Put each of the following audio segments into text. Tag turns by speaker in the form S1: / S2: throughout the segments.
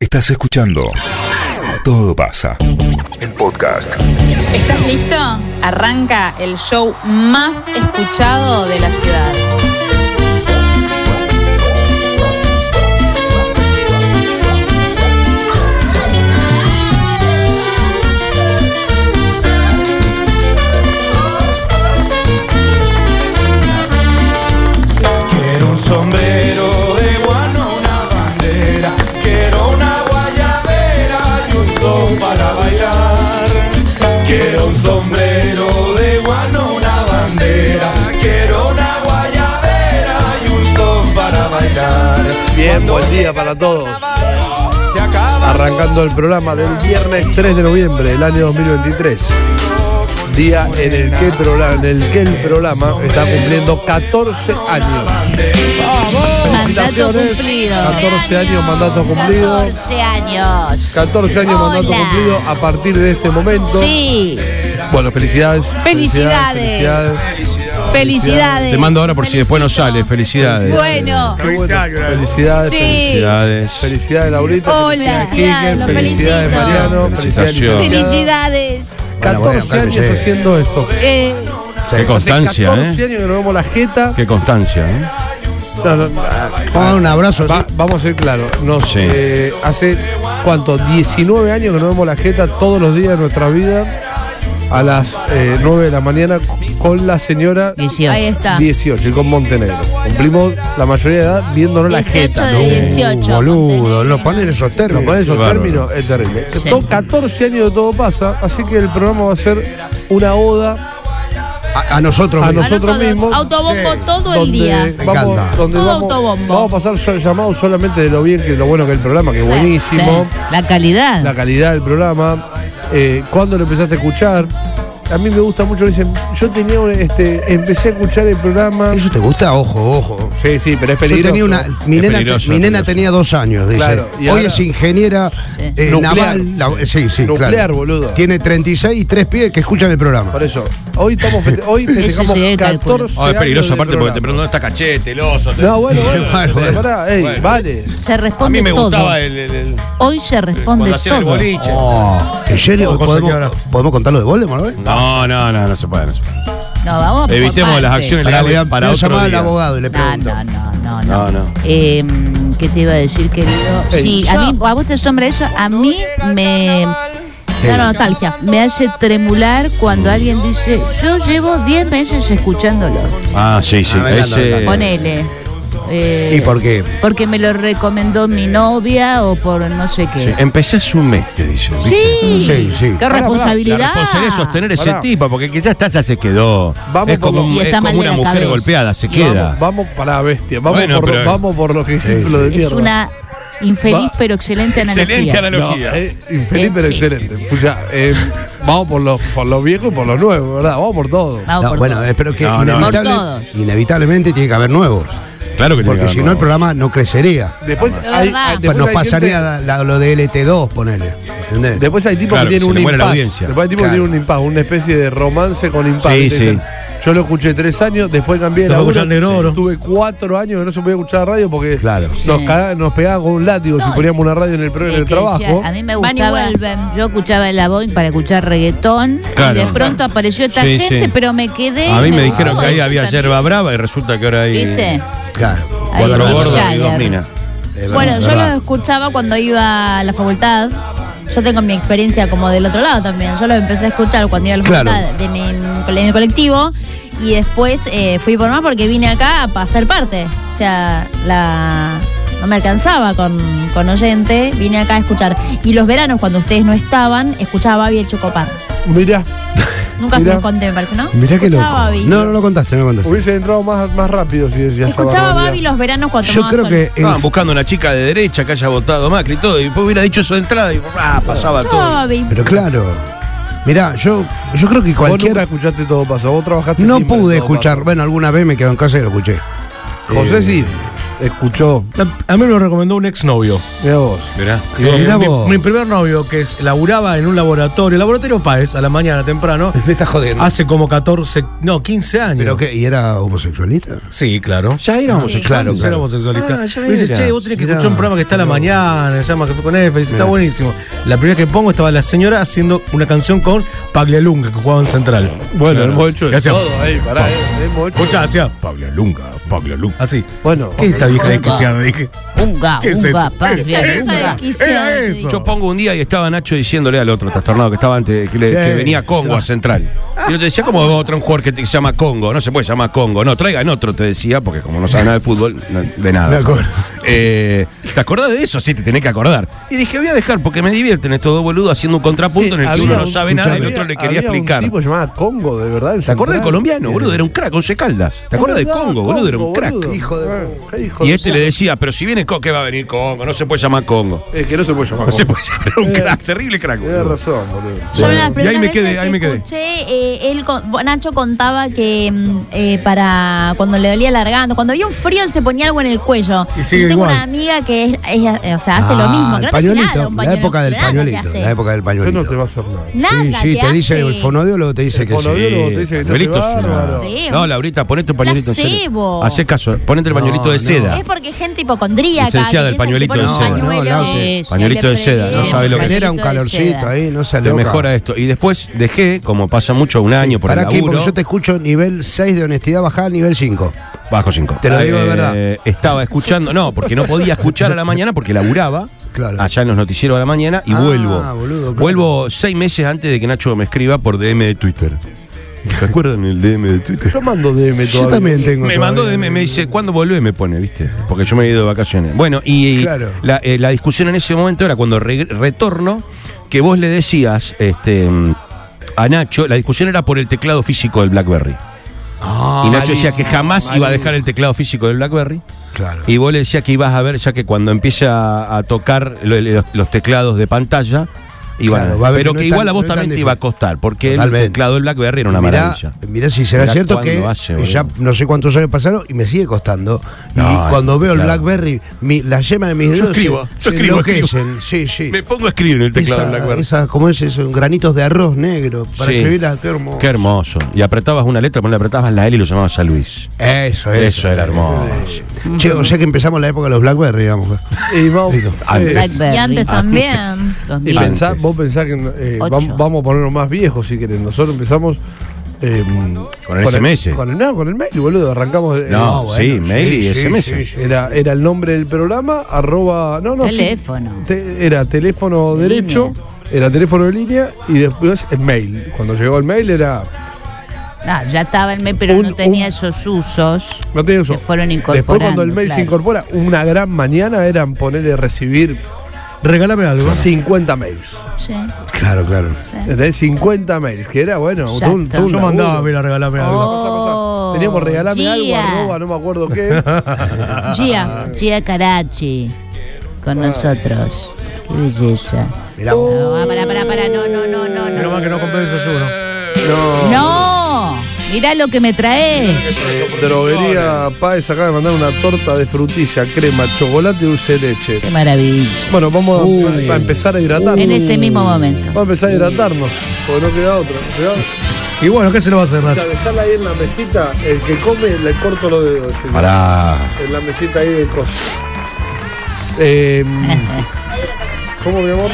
S1: Estás escuchando Todo pasa. El podcast.
S2: ¿Estás listo? Arranca el show más escuchado de la ciudad.
S3: Quiero un sombrero de guano, una bandera. Quiero una guayabera y un son para bailar. Quiero un sombrero de guano, una bandera. Quiero una guayabera y un son para bailar.
S4: Bien, buen día para todos.
S3: Se acaba.
S4: Arrancando el programa del viernes 3 de noviembre del año 2023. Día en el que, prola- en el, que el programa está cumpliendo 14 años.
S2: Mandato
S4: Felicitaciones.
S2: cumplido.
S4: 14 años, mandato cumplido.
S5: 14 años.
S4: 14 años, mandato
S5: Hola.
S4: cumplido a partir de este momento.
S5: Sí,
S4: Bueno, felicidades.
S5: Felicidades.
S4: Felicidades.
S5: felicidades.
S6: Te mando ahora por si después no sale. Felicidades.
S5: Bueno,
S4: Qué bueno. Felicidades.
S5: sí.
S6: Felicidades.
S4: Felicidades, Laurita.
S5: Hola.
S4: Felicidades, Kike,
S5: Los
S4: Felicidades,
S5: felicito.
S4: Mariano. Felicidades,
S6: Felicitaciones.
S4: licenciada.
S5: Felicidades.
S4: 14 años haciendo esto.
S5: Eh,
S6: Qué constancia,
S4: Hace 14
S6: ¿eh?
S4: años que nos vemos la jeta.
S6: Qué constancia, ¿eh?
S4: No, no,
S7: un abrazo.
S4: va- vamos a ser claros. Nos,
S6: Sí.
S4: eh, hace, ¿cuánto? 19 años que nos vemos la jeta todos los días de nuestra vida. A las eh, 9 de la mañana con la señora
S5: 18. Ahí está.
S4: 18 y con Montenegro. Cumplimos la mayoría de edad viéndonos la
S5: 18
S4: jeta.
S5: de
S4: ¿no?
S7: Uh,
S5: 18,
S7: boludo,
S5: Montenegro.
S7: lo ponen esos
S4: Nos
S7: términos.
S4: ponen esos
S6: Qué bárbaro.
S4: términos, es terrible. To- 14 años de todo pasa, así que el programa va a ser una oda
S7: A, a nosotros
S4: a
S7: mismos.
S4: nosotros mismos.
S5: Autobombo todo el día.
S4: donde vamos,
S7: encanta.
S4: donde
S5: Todo
S4: vamos,
S5: autobombo.
S4: vamos a pasar so- llamados solamente de lo bien que lo bueno que es el programa, que es buenísimo,
S5: La calidad.
S4: la calidad del programa, eh, cuándo lo empezaste a escuchar. A mí me gusta mucho, dicen, yo tenía un, este, empecé a escuchar el programa.
S7: ¿Eso te gusta? Ojo, ojo.
S4: Sí, sí, pero es
S7: Yo
S4: peligroso.
S7: tenía una. Mi,
S6: Es
S7: nena,
S6: peligroso,
S7: mi nena
S6: peligroso.
S7: tenía dos años, dice.
S4: Claro, y
S7: Hoy
S4: ahora-
S7: es ingeniera eh,
S4: Nuclear.
S7: naval. la- sí, sí,
S4: Nuclear,
S7: claro.
S4: boludo.
S7: Tiene
S6: Ah,
S7: 36 y 3 pies que escuchan el programa.
S4: Por eso, hoy estamos feste- hoy
S5: Eso
S4: festejamos
S5: sí, calculo.
S4: 14
S6: Oh, es peligroso
S4: años del
S6: aparte porque te
S4: programa.
S6: preguntan está cachete, el oso. te-
S4: No, bueno, bueno,
S7: Bueno, bueno.
S4: pará, ey,
S6: Bueno.
S4: vale.
S5: Se
S6: A
S5: responde
S6: mí me
S5: todo.
S6: gustaba el, el- el-
S5: Hoy se responde
S6: cuando hacían el
S5: todo.
S6: boliche.
S7: ¿En serio?
S6: Todo cosa
S7: ¿Podemos,
S6: que ahora-
S7: ¿Podemos contar lo de Voldemort? ¿eh?
S6: No, no, no, no se puede. no se puede.
S5: No, vamos por
S6: Evitemos las
S5: partes.
S6: acciones
S7: Pará, voy a,
S6: legales
S7: voy
S6: para
S7: a
S6: otro
S7: llamar al
S6: día.
S7: abogado y le
S5: No,
S7: pregunto.
S5: no, no, no,
S6: No,
S5: no.
S6: no.
S5: Eh, ¿Qué te iba a decir, querido?
S4: Ey,
S5: sí, a mí, a vos te asombra eso, a mí me da nostalgia. Me hace tremular cuando alguien dice, yo llevo 10 meses escuchándolo.
S6: Ah, sí, sí.
S7: Ah, me encanta, me
S6: ese-
S7: encanta.
S5: Ponele. Eh,
S7: ¿Y por qué?
S5: Porque me lo recomendó mi novia o por no sé
S6: sí,
S5: qué.
S6: Empecé hace un mes, te dice.
S5: Sí,
S7: Sí, sí.
S5: qué
S6: La
S5: responsabilidad.
S6: responsabilidad es sostener ese
S4: Pará.
S6: tipo, porque que ya está, ya se quedó.
S4: Vamos
S6: es
S4: por
S6: como,
S4: lo-
S6: un-
S5: Y
S6: es
S5: está
S6: como
S5: mal de
S6: una
S5: la
S6: mujer
S5: cabeza.
S6: golpeada, se
S5: Y
S6: queda.
S4: Vamos, vamos para la bestia, vamos,
S6: Bueno,
S4: por,
S6: pero-
S4: vamos por los ejemplos de
S5: es
S4: mierda.
S5: una infeliz pero excelente analogía.
S6: Excelente
S4: No,
S6: analogía.
S4: eh, infeliz,
S5: Eh,
S4: pero
S5: sí.
S4: excelente. Escuchá, eh, vamos por los, por los viejos y por los nuevos, ¿verdad? Vamos por todo.
S5: Vamos
S7: No,
S5: Ah, por
S7: bueno,
S5: todo.
S7: espero que
S6: No, no.
S7: inevitable-
S5: Por todos.
S7: inevitablemente tiene que haber nuevos.
S6: Claro que tiene
S7: Porque
S6: que
S7: si
S6: haber
S7: no, el
S6: nuevo.
S7: programa no crecería.
S4: Después
S5: Es
S4: hay,
S5: verdad.
S4: hay-
S7: Pues
S4: después
S7: nos
S4: hay
S7: pasaría
S4: gente-
S7: la- lo de LT2, ponele. ¿Entendés?
S4: Después hay tipos
S6: Claro,
S4: que
S6: que se
S4: tienen
S6: le
S4: un
S6: muere la
S4: impas.
S6: audiencia.
S4: Después hay tipos que
S7: Claro.
S4: tienen un impas, una especie de romance con impas.
S6: Sí,
S4: que te dicen,
S6: sí.
S4: Yo lo escuché tres años, después cambié de
S6: Lo fue
S4: laburo,
S6: escuchando en oro.
S4: Estuve cuatro años que no se podía escuchar radio porque
S7: Claro.
S4: nos,
S5: Sí.
S4: cagaban- nos pegaban con un látigo si
S5: No,
S4: poníamos una radio en el, pro- en
S5: Eh,
S4: el
S5: que
S4: trabajo.
S5: decía, a mí me
S2: Van y
S5: gustaba.
S2: vuelven.
S5: Yo escuchaba el Boeing para escuchar reggaetón.
S6: Claro.
S5: Y de pronto apareció esta
S6: Sí,
S5: gente,
S6: sí.
S5: pero me quedé.
S6: A mí
S5: y
S6: me
S5: gustó
S6: dijeron que ahí
S5: eso
S6: había
S5: también.
S6: yerba brava y resulta que ahora hay.
S5: ¿Viste?
S7: Claro.
S5: Ahí
S6: Cuatro
S5: Mick
S6: gordos y dos
S5: Jagger.
S6: minas.
S2: Bueno, yo
S7: verdad.
S2: lo escuchaba cuando iba a la facultad. Yo tengo mi experiencia como del otro lado también. Yo lo empecé a escuchar cuando iba a la
S7: Claro.
S2: facultad en, en- en el colectivo. Y después eh, fui por más porque vine acá para ser parte. O sea, la, no me alcanzaba con, con oyente. Vine acá a escuchar. Y los veranos, cuando ustedes no estaban, escuchaba a Babi el Chocopar.
S4: Mirá,
S2: Nunca
S4: Mirá.
S2: se los conté, me parece, ¿no?
S7: Mirá qué loco.
S2: Escuchaba a Babi.
S7: No, no lo contaste, no lo contaste.
S4: hubiese entrado más, más rápido si decías esa
S2: Escuchaba a Babi
S4: barbaridad.
S2: los veranos cuando
S7: Yo
S2: tomaba
S7: creo
S2: sol.
S7: que.
S6: Estaban buscando una chica de derecha que haya votado Macri y todo, y después hubiera dicho eso de entrada y ah,
S2: Escuchaba
S6: pasaba
S2: a
S6: todo.
S2: Babi.
S7: Pero claro. Mirá, yo, yo creo que
S4: Vos nunca
S7: cualquier.
S4: escuchaste todo pasa, vos trabajaste
S7: No
S4: siempre en
S7: pude
S4: Todo
S7: escuchar. Bueno, alguna vez me quedó en casa y lo escuché.
S4: Pasa. José sí,
S6: Eh.
S4: escuchó.
S8: A mí me lo recomendó un exnovio.
S4: Mira vos.
S6: Mirá.
S7: Y vos,
S8: Eh,
S7: mirá
S8: mi,
S7: vos.
S8: mi primer novio, que es, laburaba en un laboratorio, el laboratorio Paez, a la mañana temprano,
S7: Me está jodiendo.
S8: hace como 14, no, 15 años.
S7: ¿Pero qué? ¿Y era homosexualista?
S8: Sí, claro.
S6: Ya era homosexual.
S7: Claro,
S8: Yo
S7: claro.
S8: era homosexualista.
S6: Ah, ya
S8: me dice,
S6: era.
S8: che, vos tenés que
S7: Mirá.
S8: escuchar un programa que está a la mañana, se llama Café con F, dice, está
S7: Mirá.
S8: buenísimo. La primera que pongo estaba la señora haciendo una canción con Paglialunga, que jugaba en Central.
S4: Bueno, hemos hecho de
S8: Gracias.
S4: todo ahí, pará, eh, hemos hecho-
S8: Escuchá, hacía Paglialunga, Paglialunga. Así.
S4: Bueno,
S8: ¿Qué es esta vieja desquiciada? Dije,
S5: Unga,
S8: ¿Qué es
S5: unga,
S8: esto?
S5: patria,
S8: ¿Qué es
S5: unga.
S8: eso? Era eso.
S6: Yo pongo un día y estaba Nacho diciéndole al otro trastornado que estaba antes, que, le-
S8: Sí.
S6: que venía Congo a Central. Y yo te decía, ¿cómo va otro un jugador que te- se llama Congo? No se puede llamar Congo. No, traigan otro, te decía, porque como no sabe nada de fútbol, no- de nada.
S7: Me acuerdo.
S6: Eh, ¿Te acordás de eso? Sí, te tenés que acordar. Y dije, voy a dejar porque me divierten estos dos boludos haciendo un contrapunto en el que
S4: había
S6: uno no
S4: un-
S6: sabe nada y el
S4: había-
S6: otro le quería
S4: había
S6: explicar.
S4: Un tipo llamado Congo, de verdad.
S6: ¿Te acordás del colombiano, boludo? Era un crack, 11 caldas. ¿Te acordás del Congo, boludo? Era un crack.
S4: Hijo de. hijo
S6: Y
S4: de-
S6: este le decía, pero si viene Congo, ¿qué va a venir Congo? No se puede llamar Congo.
S4: Es Eh, que no se puede llamar
S6: No se
S4: Congo.
S6: puede llamar era un crack, terrible crack.
S4: Tienes
S6: boludo.
S4: razón, boludo.
S2: Yo una de las
S6: Y ahí me
S2: primeras
S6: quedé,
S2: veces
S6: ahí
S2: que
S6: me quedé.
S2: Escuché, eh, él con- Nacho contaba que mm, eh, para cuando le dolía largando, cuando había un frío, él se ponía algo en el cuello.
S8: Y sigue
S2: Yo tengo
S8: igual.
S2: una amiga que es, ella, eh, o sea, hace
S7: Ah,
S2: lo mismo. Creo
S7: el
S2: que hace
S7: pañuelito,
S2: nada, un
S7: la época del
S2: nada te
S7: pañuelito.
S2: hace.
S7: La época del
S4: Yo
S7: pañuelito.
S4: no te va a hacer nada.
S2: Nada
S7: sí, sí, te,
S2: hace.
S7: dice el fonodiólogo, te dice
S4: El
S7: que sí.
S4: fonoaudiólogo te dice que te hace
S6: Pañuelito es una-
S4: bárbaro.
S2: Sí,
S6: No,
S2: un
S6: Laurita, ponete un pañuelito en serio.
S2: placebo.
S6: Hacé caso, ponete el
S7: No,
S6: pañuelito de
S7: no.
S6: seda.
S2: Es porque hay gente hipocondríaca. que piensa
S6: Licenciada, el
S2: que se
S6: pañuelito
S2: pone
S6: de
S2: un
S6: seda.
S2: pañuelo. eh,
S7: No, no,
S2: Sí,
S5: Eso,
S6: pañuelito
S5: le
S6: de seda,
S5: prende-
S6: no sabe lo que-
S7: Genera un
S2: Pañuelito de
S7: calorcito eh.
S2: seda.
S7: ahí, no se
S6: Te
S7: aloca.
S6: mejora esto. Y después dejé, como pasa mucho, un año por
S7: ¿Para
S6: el
S7: qué?
S6: laburo.
S7: Porque yo te escucho nivel 6 de honestidad bajada a nivel 5.
S6: Bajo 5.
S7: Te lo digo de verdad.
S6: Estaba escuchando, no, porque no podía escuchar a la mañana porque laburaba.
S7: Claro.
S6: Allá en los noticieros a la mañana y
S7: Ah,
S6: vuelvo.
S7: boludo, claro.
S6: Vuelvo seis meses antes de que Nacho me escriba por DM de Twitter. ¿Se acuerdan el DM de Twitter?
S4: Yo mando DM
S7: Yo
S4: todavía.
S7: también tengo.
S6: Me
S7: todavía.
S6: mandó DM, me dice, ¿cuándo volvés? Me pone, ¿viste? Porque yo me he ido de vacaciones. Bueno, y, y
S7: Claro.
S6: la, eh, la discusión en ese momento era cuando reg- retorno, que vos le decías este, mm, a Nacho, la discusión era por el teclado físico del BlackBerry.
S7: Ah,
S6: y Nacho decía que
S7: malísimo,
S6: jamás iba a dejar
S7: malísimo.
S6: el teclado físico del BlackBerry.
S7: Claro.
S6: Y vos le decías que ibas a ver, ya que cuando empiece a, a tocar lo- los, los teclados de pantalla, iban
S7: Claro,
S6: a-
S7: va a ver
S6: pero
S7: que
S6: que,
S7: no es
S6: igual
S7: tan-
S6: a vos
S7: no es tan
S6: también te
S7: difícil.
S6: iba a costar, porque
S7: Totalmente.
S6: el teclado del BlackBerry era una
S7: Mirá,
S6: maravilla.
S7: mirá si será
S6: Mirá
S7: cierto que
S6: cuándo hace, boludo.
S7: ya no sé cuántos años pasaron y me sigue costando.
S6: No,
S7: y cuando veo el
S6: claro.
S7: Blackberry, mi- la yema de mis
S6: Yo
S7: dedos se-
S6: escribo,
S7: se,
S6: yo escribo,
S7: enloquecen. Sí, sí.
S6: Me pongo a escribir en el teclado del
S7: eh, Esa,
S6: BlackBerry.
S7: esa- ¿Cómo es eso? Granitos de arroz negro para
S6: Sí.
S7: escribir la- qué hermoso.
S6: Qué hermoso. Y apretabas una letra, cuando le apretabas la L y lo llamabas a Luis.
S7: Eso, eso.
S6: Eso era hermoso.
S7: Che, o sea que empezamos la época de los Blackberry, digamos.
S4: Y vamos.
S7: Sí,
S6: antes.
S4: eh,
S5: Blackberry.
S2: Y antes también.
S4: Y
S5: 2000.
S4: pensá,
S6: Antes.
S4: vos pensás que eh,
S5: Ocho.
S4: vam- vamos a ponernos más viejos si querés. Nosotros empezamos. eh,
S6: Con el SMS.
S4: Con el, no, con el mail, boludo. Arrancamos. eh,
S6: No, sí,
S7: bueno,
S6: mail y
S7: sí, sí,
S6: SMS.
S7: sí, sí.
S4: Era, era el nombre del programa, arroba. No, no, sí.
S5: Teléfono.
S4: Te- era teléfono derecho, era teléfono de línea y después el mail. Cuando llegó el mail era.
S5: Ah, ya estaba el mail, pero
S4: Un-
S5: no tenía
S4: un-
S5: esos usos.
S4: No tenía eso.
S5: Se fueron
S4: Después, cuando el
S5: incorporando,
S4: mail se
S5: claro.
S4: incorpora, una gran mañana eran ponerle recibir. Regálame algo. 50 mails.
S5: Sí.
S7: Claro, claro.
S4: ¿Entendés? 50 mails, que era bueno. todo un- todo un
S8: yo
S4: laburo.
S8: mandaba, mira, regalame algo.
S4: Pasá, pasá.
S5: Oh,
S4: Teníamos regalame algo,
S5: Gia.
S4: arroba, no me acuerdo qué.
S5: Gia, Gia Karachi, con nosotros. Qué belleza.
S7: Mirá vos.
S5: No, ah, pará, pará, pará, no, no, no, no,
S8: Menos
S5: no.
S8: mal que no compré el desayuno.
S5: No, mirá lo que me trae.
S4: Eh, droguería Páez acaba de mandar una torta de frutilla, crema, chocolate y dulce de leche.
S5: Qué maravilla.
S4: Bueno, vamos a- a, empezar a hidratarnos.
S5: En este mismo momento.
S4: Vamos a empezar a hidratarnos, porque no queda otra. ¿verdad?
S8: Y bueno, ¿qué se lo va a hacer,
S4: O sea,
S8: Nacho?
S4: dejarla ahí en la mesita, el que come le corto los dedos. ¿sí?
S7: Pará.
S4: En la mesita ahí de cosas. Eh, ¿Cómo, mi amor?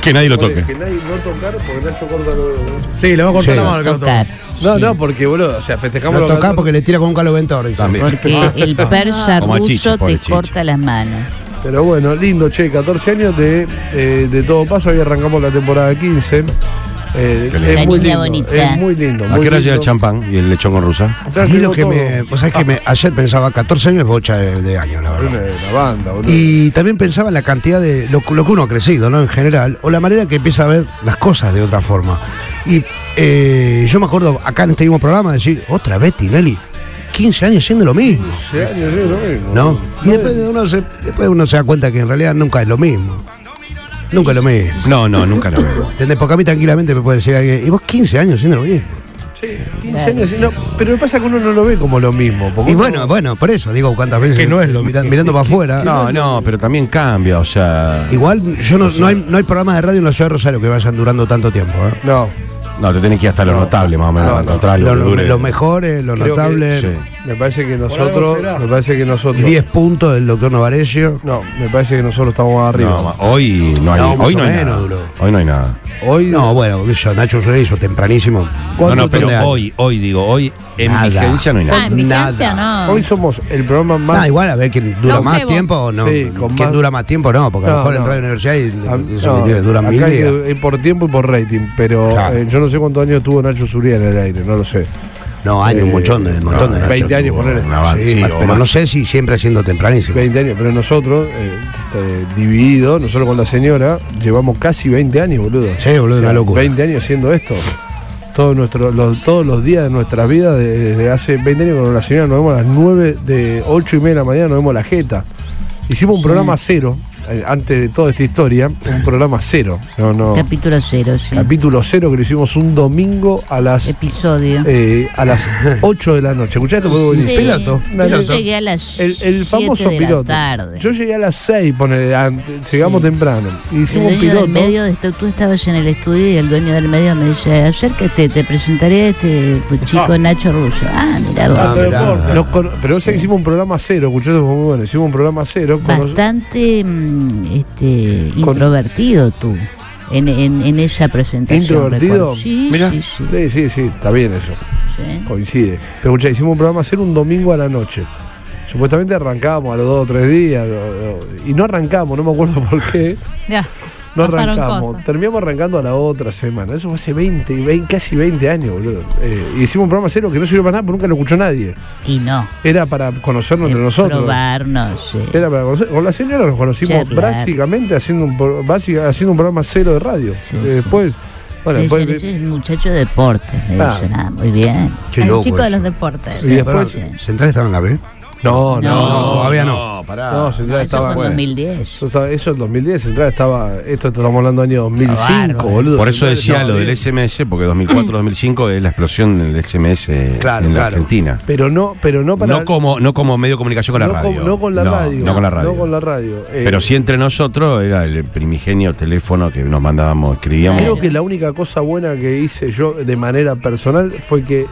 S6: Que nadie lo
S4: Oye,
S6: toque.
S4: Que nadie no tocar porque Nacho corta los dedos.
S8: Sí, le va a cortar
S7: Sí.
S8: la mano. que no toque.
S5: Tocar.
S4: No, no, porque, boludo, o sea, festejamos
S7: No
S4: los
S7: tocá
S4: 14.
S7: porque le tira con un caloventor. dice.
S6: También.
S5: Porque el persa
S6: Como a Chichi,
S5: ruso
S6: pobre
S5: te
S6: Chichi.
S5: corta las manos.
S4: Pero bueno, lindo, che, 14 años de, eh, de todo paso, ahí arrancamos la temporada 15. Eh,
S6: Qué lindo.
S5: La
S4: es, muy
S5: niña
S4: lindo,
S5: bonita.
S4: es muy lindo,
S6: ¿A
S4: muy
S6: qué hora llega el
S4: lindo.
S6: champán y el lechón con rusa?
S4: Ya
S7: A mí
S4: llegó
S7: lo que
S4: todo.
S7: me. Vos sabés que me- ayer pensaba 14 años es bocha de, de año, la verdad.
S4: Ah, Una- La banda, boludo.
S7: Y también pensaba en la cantidad de lo, lo que uno ha crecido, ¿no? En general, o la manera que empieza a ver las cosas de otra forma. Y eh, yo me acuerdo acá en este mismo programa decir, otra vez Tinelli, 15 años siendo lo mismo,
S4: 15 años, ¿eh? es lo mismo.
S7: ¿no? Y después uno, se, después uno se da cuenta que en realidad nunca es lo mismo. Nunca es lo mismo.
S6: No, no, nunca lo veo.
S7: ¿Entendés? Porque a mí tranquilamente me puede decir alguien, y vos 15 años siendo lo mismo.
S4: Sí, 15 15 años. y No, pero lo que pasa es que uno no lo ve como lo mismo. porque
S7: Y
S4: uno-
S7: bueno, bueno, por eso digo cuántas veces.
S8: Que no es lo
S7: mira- Mirando para afuera.
S6: No, no, pero también cambia, o sea.
S7: Igual yo no, no hay, no hay programas de radio en la ciudad de Rosario que vayan durando tanto tiempo. ¿eh?
S4: No,
S6: No, te tenés que ir hasta lo notable, más o menos.
S4: No,
S6: al
S4: no.
S6: contrario,
S7: Lo-
S6: que
S7: lo-
S6: dure-
S7: los mejores, los
S4: Creo que-
S7: notables.
S6: Sí.
S4: me parece que nosotros. Me parece que nosotros.
S7: 10 puntos del doctor Novarecio.
S4: No, me parece que nosotros estamos más arriba.
S6: No, ma- hoy no hay,
S7: No, más
S6: hoy
S7: o
S6: no hay
S7: menos,
S6: nada.
S7: bro.
S6: Hoy no hay nada.
S4: Hoy.
S7: No, bueno, qué sé yo, Nacho se hizo tempranísimo.
S6: No,
S4: ¿cuánto
S6: no, pero
S7: tenés?
S6: hoy, hoy digo, hoy en
S7: Nada.
S6: vigencia no hay
S2: Ah,
S6: nada.
S2: en vigencia
S4: te-
S2: no.
S4: Hoy somos el programa más.
S7: Nah, Ah, igual a ver quién dura
S2: No,
S7: más
S2: Febo.
S7: tiempo o no.
S4: Sí, con
S7: quién
S4: más-
S7: dura más tiempo no, porque a lo
S4: No,
S7: mejor en
S4: no.
S7: Radio Universidad y-
S4: Ah,
S7: eso
S4: no,
S7: que tiene, dura
S4: acá
S7: mil
S4: hay que-
S7: días.
S4: es por tiempo y por rating, pero
S7: Claro.
S4: eh, yo no sé cuántos años tuvo Nacho Zuría en el aire, no lo sé.
S7: No, años, un
S4: Eh,
S7: montón de, un montón de
S6: no,
S7: Nacho.
S4: 20 años,
S6: tuvo
S4: ponele.
S6: una banda,
S7: Sí,
S6: sí,
S7: más-
S6: o
S7: pero
S6: más.
S7: no sé si siempre siendo tempranísimo.
S4: 20 años, pero nosotros, eh, este, dividido, nosotros con la señora, llevamos casi 20 años, boludo.
S7: Sí, boludo, una locura.
S4: 20 años haciendo esto. Todos, nuestros los, todos los días de nuestras vidas, de- desde hace 20 años con la señora, nos vemos a las 9 de 8 y media de la mañana, nos vemos la jeta. Hicimos un programa cero, eh, antes de toda esta historia, un programa cero. No, no.
S5: Capítulo cero, sí.
S4: Capítulo cero que lo hicimos un domingo a las
S5: Episodio.
S4: eh, a las 8 de la noche. ¿Escuchaste? Fue buenísimo.
S5: Sí,
S7: piloto,
S5: Yo
S4: piloto.
S5: llegué a las
S4: El, el famoso
S5: siete de
S4: piloto.
S5: La tarde.
S4: Yo llegué a las 6, ponele, antes, llegamos
S5: Sí.
S4: temprano. Y
S5: el
S4: Hicimos
S5: dueño
S4: un piloto.
S5: del medio, de este- tú estabas en el estudio y el dueño del medio me dice, acércate, te presentaré a este pues, chico Nacho Russo. Ah, mira vos.
S7: Ah, mirá.
S4: Nos cono- pero no sé que hicimos un programa cero, escuchaste, fue muy bueno. Hicimos un programa cero. cono-
S5: Bastante mm, este,
S4: Con-
S5: introvertido tú en, en, en esa presentación.
S4: ¿Introvertido?
S5: recuerdo. Sí,
S6: Mirá.
S5: sí, sí,
S4: Sí, sí, sí, está bien eso,
S5: sí.
S4: coincide. Pero escuchá, hicimos un programa cero un domingo a la noche. Supuestamente arrancábamos a los dos o tres días o- o- y no arrancamos, no me acuerdo por qué.
S2: Ya.
S4: No
S2: Pasaron
S4: arrancamos,
S2: cosas.
S4: terminamos arrancando a la otra semana. Eso fue hace 20, 20 casi 20 años, boludo. Eh, y hicimos un programa cero que no sirvió para nada, porque nunca lo escuchó nadie.
S5: Y no.
S4: Era para conocernos entre
S5: de
S4: nosotros.
S5: Probarnos. eh.
S4: Era para conocer. Con la señora nos conocimos
S5: Charlar.
S4: básicamente haciendo un, pro- básica- haciendo un programa cero de radio.
S5: Sí,
S4: Eh,
S5: sí.
S4: Después, bueno,
S5: Me
S4: después-
S5: dicen, ese es el muchacho de deportes. Me
S4: Ah.
S5: dicen, ah, muy bien.
S7: Qué
S2: el
S7: loco
S2: chico de
S7: eso.
S2: los deportes.
S4: Y después-
S5: Sí.
S7: ¿Central estaba en la B?
S4: no, no,
S7: No, todavía no.
S6: No, pará.
S4: no, Central
S5: Eso
S4: estaba,
S5: fue en
S4: eso
S5: 2010.
S4: estaba- eso en 2010, Central estaba, esto estamos hablando del año 2005,
S5: bárbaro.
S4: boludo.
S6: Por eso
S4: Central
S6: decía
S4: estaba
S6: lo
S4: bien.
S6: del SMS, porque 2004-2005 es la explosión del SMS
S7: Claro,
S6: en la
S7: claro.
S6: Argentina.
S4: Pero no, pero no para
S6: No como, no como medio de comunicación con la
S4: no
S6: radio.
S4: con- no con la radio.
S6: No con la radio.
S4: No con la radio. Eh,
S6: Pero sí entre nosotros era el primigenio teléfono que nos mandábamos, escribíamos.
S4: Creo que la única cosa buena que hice yo de manera personal fue que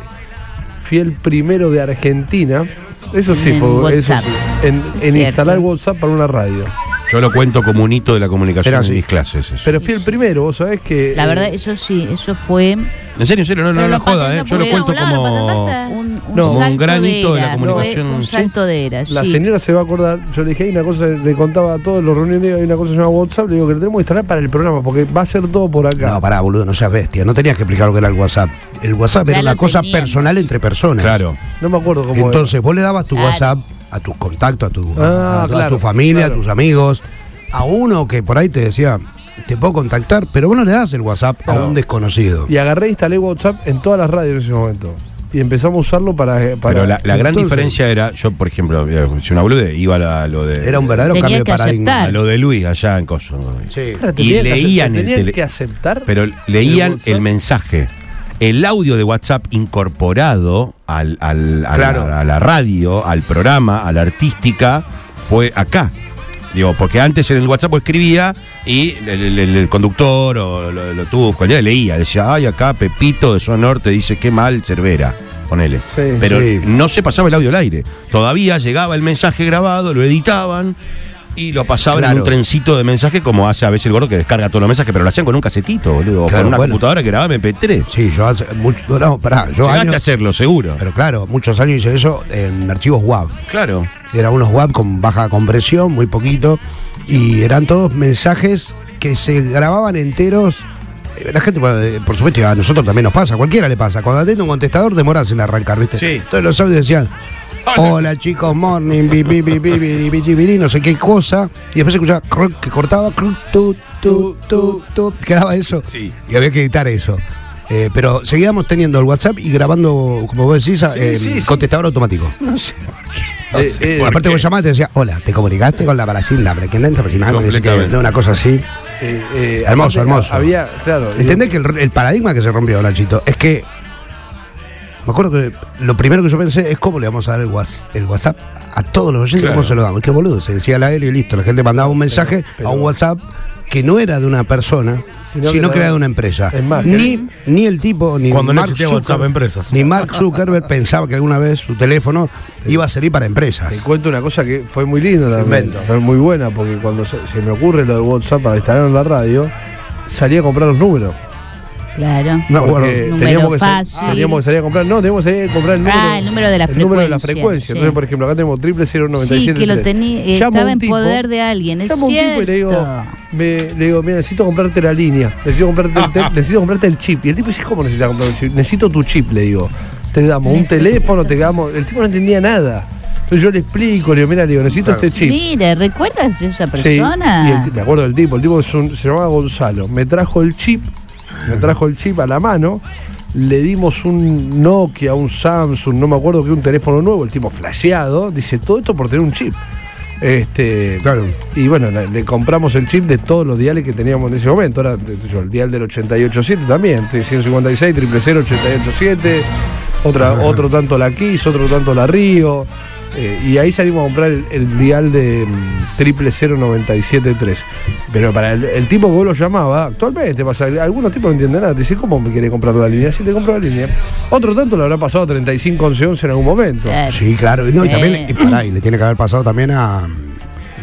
S4: fui el primero de Argentina. Eso sí,
S5: En
S4: fue, eso
S5: WhatsApp.
S4: sí, en, en
S5: Cierto.
S4: instalar WhatsApp para una radio.
S6: Yo lo cuento como un hito de la comunicación
S7: Era
S6: en
S7: así.
S6: mis clases. eso.
S4: Pero fui el primero, vos sabés que.
S5: La verdad,
S4: eh,
S5: eso sí, eso fue
S6: en serio, en serio, no, no
S2: Pero
S6: la
S2: lo patent-
S6: joda, ¿eh?
S2: lo
S6: Yo lo
S2: pudieron
S6: cuento
S2: volar,
S6: como.
S2: patentaste.
S5: un, un
S4: No.
S5: salto
S4: Como
S6: un gran hito de la
S5: era,
S6: comunicación,
S5: fue un
S6: sí.
S5: salto de era.
S4: La
S5: sí.
S4: señora se va a acordar, yo le dije, hay una cosa, le contaba a todos los reuniones, hay una cosa llamada WhatsApp, le digo que lo tenemos que instalar para el programa, porque va a ser todo por acá.
S7: No, pará, boludo, no seas bestia. No tenías que explicar lo que era el WhatsApp. El WhatsApp
S5: Ya
S7: era
S5: lo
S7: una cosa
S5: teníamos.
S7: personal entre personas.
S6: Claro.
S4: No me acuerdo cómo
S7: Entonces, vos le dabas tu
S5: Claro.
S7: WhatsApp a tus contactos, a tu,
S4: Ah,
S7: a- a tu
S4: claro,
S7: familia,
S4: claro.
S7: a tus amigos, a uno que por ahí te decía, te puedo contactar, pero vos no le das el WhatsApp a
S4: No.
S7: un desconocido.
S4: era. Y agarré e instalé WhatsApp en todas las radios en ese momento. Y empezamos a usarlo para. eh, para
S6: Pero la, la gran
S7: Entonces-
S6: diferencia era, yo por ejemplo, eh, si una bolude, iba a la- lo de.
S7: Era un verdadero
S5: Tenía
S7: cambio de
S5: que
S7: paradigma.
S6: a lo de Luis allá en Coso. ¿no?
S4: Claro,
S6: Y
S4: tenía que ace-
S6: leían el
S4: tenía
S6: tele-
S4: que aceptar.
S6: Pero leían
S4: WhatsApp.
S6: el mensaje. El audio de WhatsApp incorporado al, al- a,
S7: Claro.
S6: la, a la radio, al programa, a la artística, fue acá. Digo, porque antes en el WhatsApp vos escribía y el, el- el- el conductor o lo, lo tuvo, cualquiera leía, decía, ay, acá Pepito de Zona Norte dice, qué mal Cervera, ponele.
S4: Sí.
S6: Pero
S7: Sí.
S6: no se pasaba el audio al aire. Todavía llegaba el mensaje grabado, lo editaban y lo pasaban en
S7: Claro.
S6: un trencito de mensaje, como hace a veces el gordo que descarga todos los mensajes, pero lo hacían con un casetito, boludo. o
S7: Claro,
S6: con una
S7: bueno.
S6: computadora que grababa MP3.
S7: Sí, yo hace mucho, no, pará, yo
S6: Llegaste a
S7: años,
S6: hacerlo, seguro.
S7: pero claro, muchos años hice eso en archivos WAV.
S6: claro.
S7: Era unos WAP con baja compresión, muy poquito. Y eran todos mensajes que se grababan enteros. Eh, La gente, eh, por supuesto, a nosotros también nos pasa, a cualquiera le pasa. Cuando atende un contestador, demorás en arrancar, ¿viste?
S6: Sí.
S7: Todos los audios decían: Hola chicos, morning, bi, bi, bi, bi, bi, bi, bi, bi, bi", no sé qué cosa. Y después escuchaba croc, que cortaba, croc, tu, tu, tu, tu. Quedaba eso.
S6: Sí.
S7: Y había que editar eso. Eh, pero seguíamos teniendo el WhatsApp y grabando, como vos decís, a- en
S6: sí, sí.
S7: contestador automático.
S6: No
S4: Eh,
S6: sé
S4: eh,
S6: por
S7: Aparte
S6: qué.
S7: vos llamás y te decía, hola, te comunicaste con la Brasilina, que no entra Brasilina, me dice que-
S6: Completamente.
S7: una cosa así.
S4: Eh, eh,
S7: Hermoso,
S4: aparte,
S7: hermoso.
S4: Había, claro. y-
S7: ¿Entendés que el, el paradigma que se rompió, Nachito, es que Me acuerdo que lo primero que yo pensé es cómo le vamos a dar el, whats- el WhatsApp a todos los oyentes,
S6: Claro.
S7: cómo se lo damos. Qué boludo, se decía al aire y listo. La gente mandaba un mensaje
S4: pero-
S7: a un WhatsApp que no era de una persona,
S4: Sino
S7: sino,
S4: que
S7: que
S4: era-
S7: era de una empresa.
S4: Es más,
S7: Ni, ni el tipo, ni
S8: Cuando no
S7: Mark
S8: existía WhatsApp,
S7: Zucker-
S8: empresas.
S7: Ni Mark Zuckerberg pensaba que alguna vez su teléfono iba a servir para empresas.
S4: Te cuento una cosa que fue muy linda también.
S7: Invento.
S4: Fue muy buena, porque cuando se, se me ocurre lo de WhatsApp para instalar en la radio, salí a comprar los números.
S5: Claro.
S7: No,
S4: Porque
S7: bueno,
S4: teníamos,
S5: Número
S4: que sa-
S5: fácil.
S4: teníamos que salir a comprar. No, teníamos que salir a comprar el número.
S5: Ah, el número de la
S4: número de la
S5: frecuencia,
S4: frecuencia.
S5: sí.
S4: Entonces, por ejemplo, acá tenemos triple
S5: Sí, que lo tenía, eh, estaba en poder de alguien, es
S4: Llamo a un tipo y le digo,
S5: cierto.
S4: me- le digo, mira, necesito comprarte la línea, necesito comprarte, el tel- necesito comprarte el chip. Y el tipo dice, ¿cómo necesitas comprar un chip? Necesito tu chip, le digo. Te damos un teléfono, te damos. El tipo no entendía nada. Entonces yo le explico, le digo, mira, le digo, necesito este chip.
S5: Mira, ¿recuerdas a esa
S4: Sí, y el
S5: persona?
S4: ti- me acuerdo del tipo, el tipo es un- se llamaba Gonzalo. Me trajo el chip, me trajo el chip a la mano, le dimos un Nokia, un Samsung, no me acuerdo que un teléfono nuevo, el tipo flasheado, dice todo esto por tener un chip. Este,
S7: Claro.
S4: y bueno, le, le compramos el chip de todos los diales que teníamos en ese momento. Ahora, te- te- yo, el dial del 887 también, 156, 000, 887, otra, otro tanto la Kiss, otro tanto la Río. eh, y ahí salimos a comprar el, el dial de mm, triple 0973. Pero para el, el tipo que vos lo llamaba, actualmente pasa, algunos tipos no entienden nada. Te dicen, ¿cómo me quiere comprar la línea? Si te compro la línea. Otro tanto lo habrá pasado 35, 11, 11 en algún momento.
S5: Claro.
S7: Sí, claro. Y, no, y
S5: Sí.
S7: también y pará, y le tiene que haber pasado también a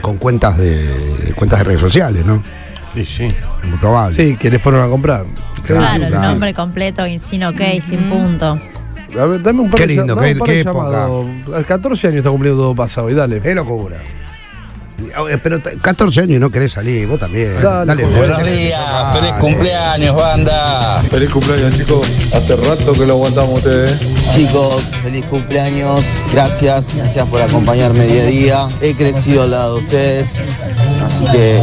S7: con cuentas de cuentas de redes sociales, ¿no?
S6: Sí, sí.
S7: Es muy probable.
S4: Sí, que le fueron a comprar.
S2: Claro,
S7: sí,
S2: el
S7: sí.
S2: nombre completo y sin ok, sin punto.
S4: A ver, dame un par
S7: Qué
S4: de
S7: lindo,
S4: dame
S7: qué-
S4: un par de
S7: qué época.
S4: llamados. Al 14 años está cumpliendo todo pasado y dale.
S7: Es locura. Y, a ver, Pero t- 14 años y no querés salir, vos también.
S4: Dale, Jorge.
S7: Buenos días, feliz cumpleaños.
S3: Feliz cumpleaños, chicos. Hace rato que lo aguantamos ustedes.
S9: Chicos, feliz cumpleaños. Gracias, gracias por acompañarme día a día. He crecido al lado de ustedes. Así que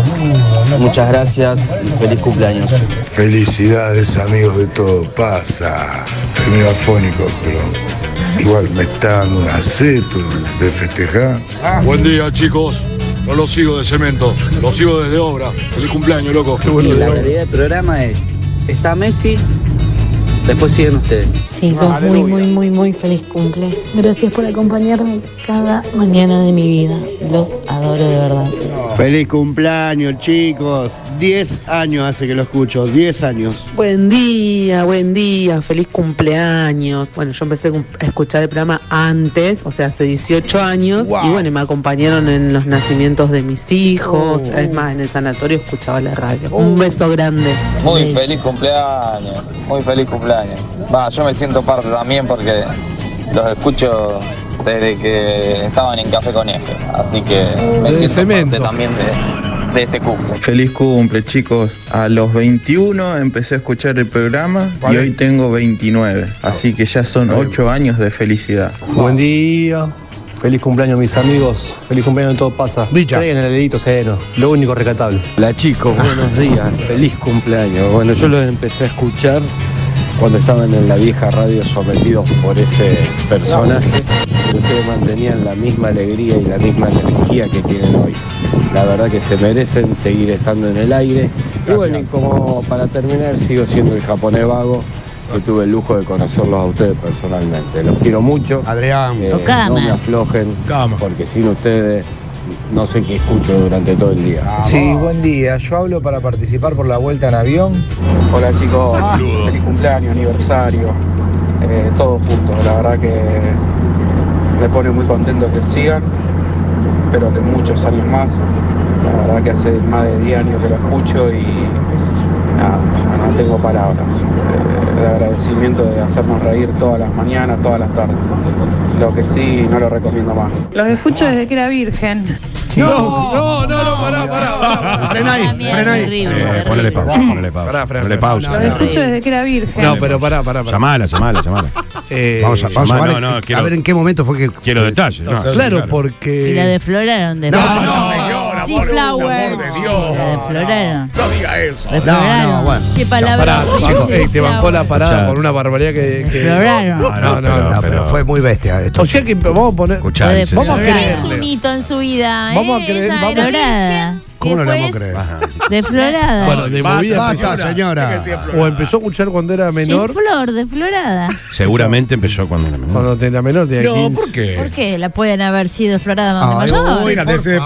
S9: muchas gracias y feliz cumpleaños.
S10: Felicidades amigos de todo pasa. Estoy medio afónico, pero igual me está dando un aceto de festejar.
S3: Buen día, chicos. No lo sigo de cemento, lo sigo desde obra. Feliz cumpleaños, loco.
S9: la realidad del programa es, está Messi, después siguen ustedes.
S11: Chicos, muy, muy, muy, muy feliz cumple. Gracias por acompañarme cada mañana de mi vida. Los adoro de verdad.
S9: Feliz cumpleaños, chicos. 10 años hace que lo escucho, 10 años.
S12: Buen día, buen día, feliz cumpleaños. Bueno, yo empecé cum- a escuchar el programa antes, o sea, hace 18 años, y bueno, y me acompañaron en los nacimientos de mis hijos, es más, en el sanatorio escuchaba la radio. Un beso grande.
S9: Muy feliz cumpleaños, muy feliz cumpleaños. Va, yo me siento parte también porque los escucho desde que estaban en Café con Eje, así que me
S4: Desde
S9: siento
S4: Cemento.
S9: parte también de, de este cumple.
S12: Feliz cumple, chicos. A los 21 empecé a escuchar el programa y hoy tengo 29, así que ya son 8 años de felicidad.
S10: Buen día. Feliz cumpleaños mis amigos. Feliz cumpleaños de todo pasa.
S7: Dicha.
S10: Traigan el dedito sereno. Lo único rescatable.
S12: La chicos, buenos días, feliz cumpleaños. Bueno, yo los empecé a escuchar cuando estaban en la vieja radio sometidos por ese personaje. Ustedes mantenían la misma alegría y la misma energía que tienen hoy. La verdad que se merecen seguir estando en el aire. Y bueno, y como para terminar, sigo siendo el japonés vago. que tuve el lujo de conocerlos a ustedes personalmente. Los quiero mucho.
S7: Adrián.
S12: Eh,
S5: Tocama.
S12: no me aflojen, porque sin ustedes no sé qué escucho durante todo el día.
S9: Sí, buen día. Yo hablo para participar por la vuelta en avión. Hola chicos, feliz cumpleaños, aniversario, eh, todos juntos. La verdad que me pone muy contento que sigan, pero que muchos años más. La verdad que hace más de 10 años que lo escucho y nada, no tengo palabras. Eh, de agradecimiento de hacernos reír todas las mañanas, todas las tardes. Lo que sí, no lo recomiendo más.
S11: Los escucho desde que era virgen.
S4: No, no, no, no, pará, pará, pará.
S7: Frená ahí,
S5: También,
S7: frená ahí.
S5: terrible,
S6: Eh,
S5: terrible.
S6: ponele pausa, ponele pausa.
S4: Pará, Fran,
S6: ponele
S4: pará.
S6: pausa.
S11: Los escucho desde que era virgen.
S4: No, pero pará, pará, pará.
S6: Llamala, llamala, llamala.
S4: Eh,
S7: Vamos a, vamos a
S6: no,
S7: ver,
S6: no,
S7: a
S6: quiero-
S7: ver en qué momento fue que.
S6: Quiero detalles. No,
S4: Claro, porque.
S5: Y la defloraron de
S7: No, no,
S2: señora, Sí, por el flower. amor de Dios.
S5: La defloraron.
S6: No diga eso.
S5: Defloraron.
S7: no, bueno.
S2: Qué palabra.
S4: Pará,
S2: horrible,
S4: Ey, te bancó la parada
S6: Escuchá.
S4: por una barbaridad que. que-
S5: Defloraron.
S4: No, no, no.
S7: No, pero fue muy bestia esto.
S4: O sea que vamos a poner.
S6: Escuchá,
S5: Lo de-
S6: dice,
S4: Vamos a
S5: Claro.
S2: Es
S4: creerle.
S2: un hito en su vida. ¿eh?
S4: Vamos a creer,
S2: Ella
S4: vamos
S2: era
S4: a-
S2: virgen,
S7: ¿Cómo no le vamos a creer?
S5: De florada.
S4: Bueno, de movida
S7: Basta,
S4: empezó-
S7: señora.
S4: O empezó a escuchar cuando era menor.
S5: Sin flor, de florada.
S6: Seguramente empezó cuando era menor.
S8: Mm.
S4: Cuando era menor tenía 15.
S2: ¿Por qué la pueden haber sido explorada
S5: Ah,
S2: más de mayor?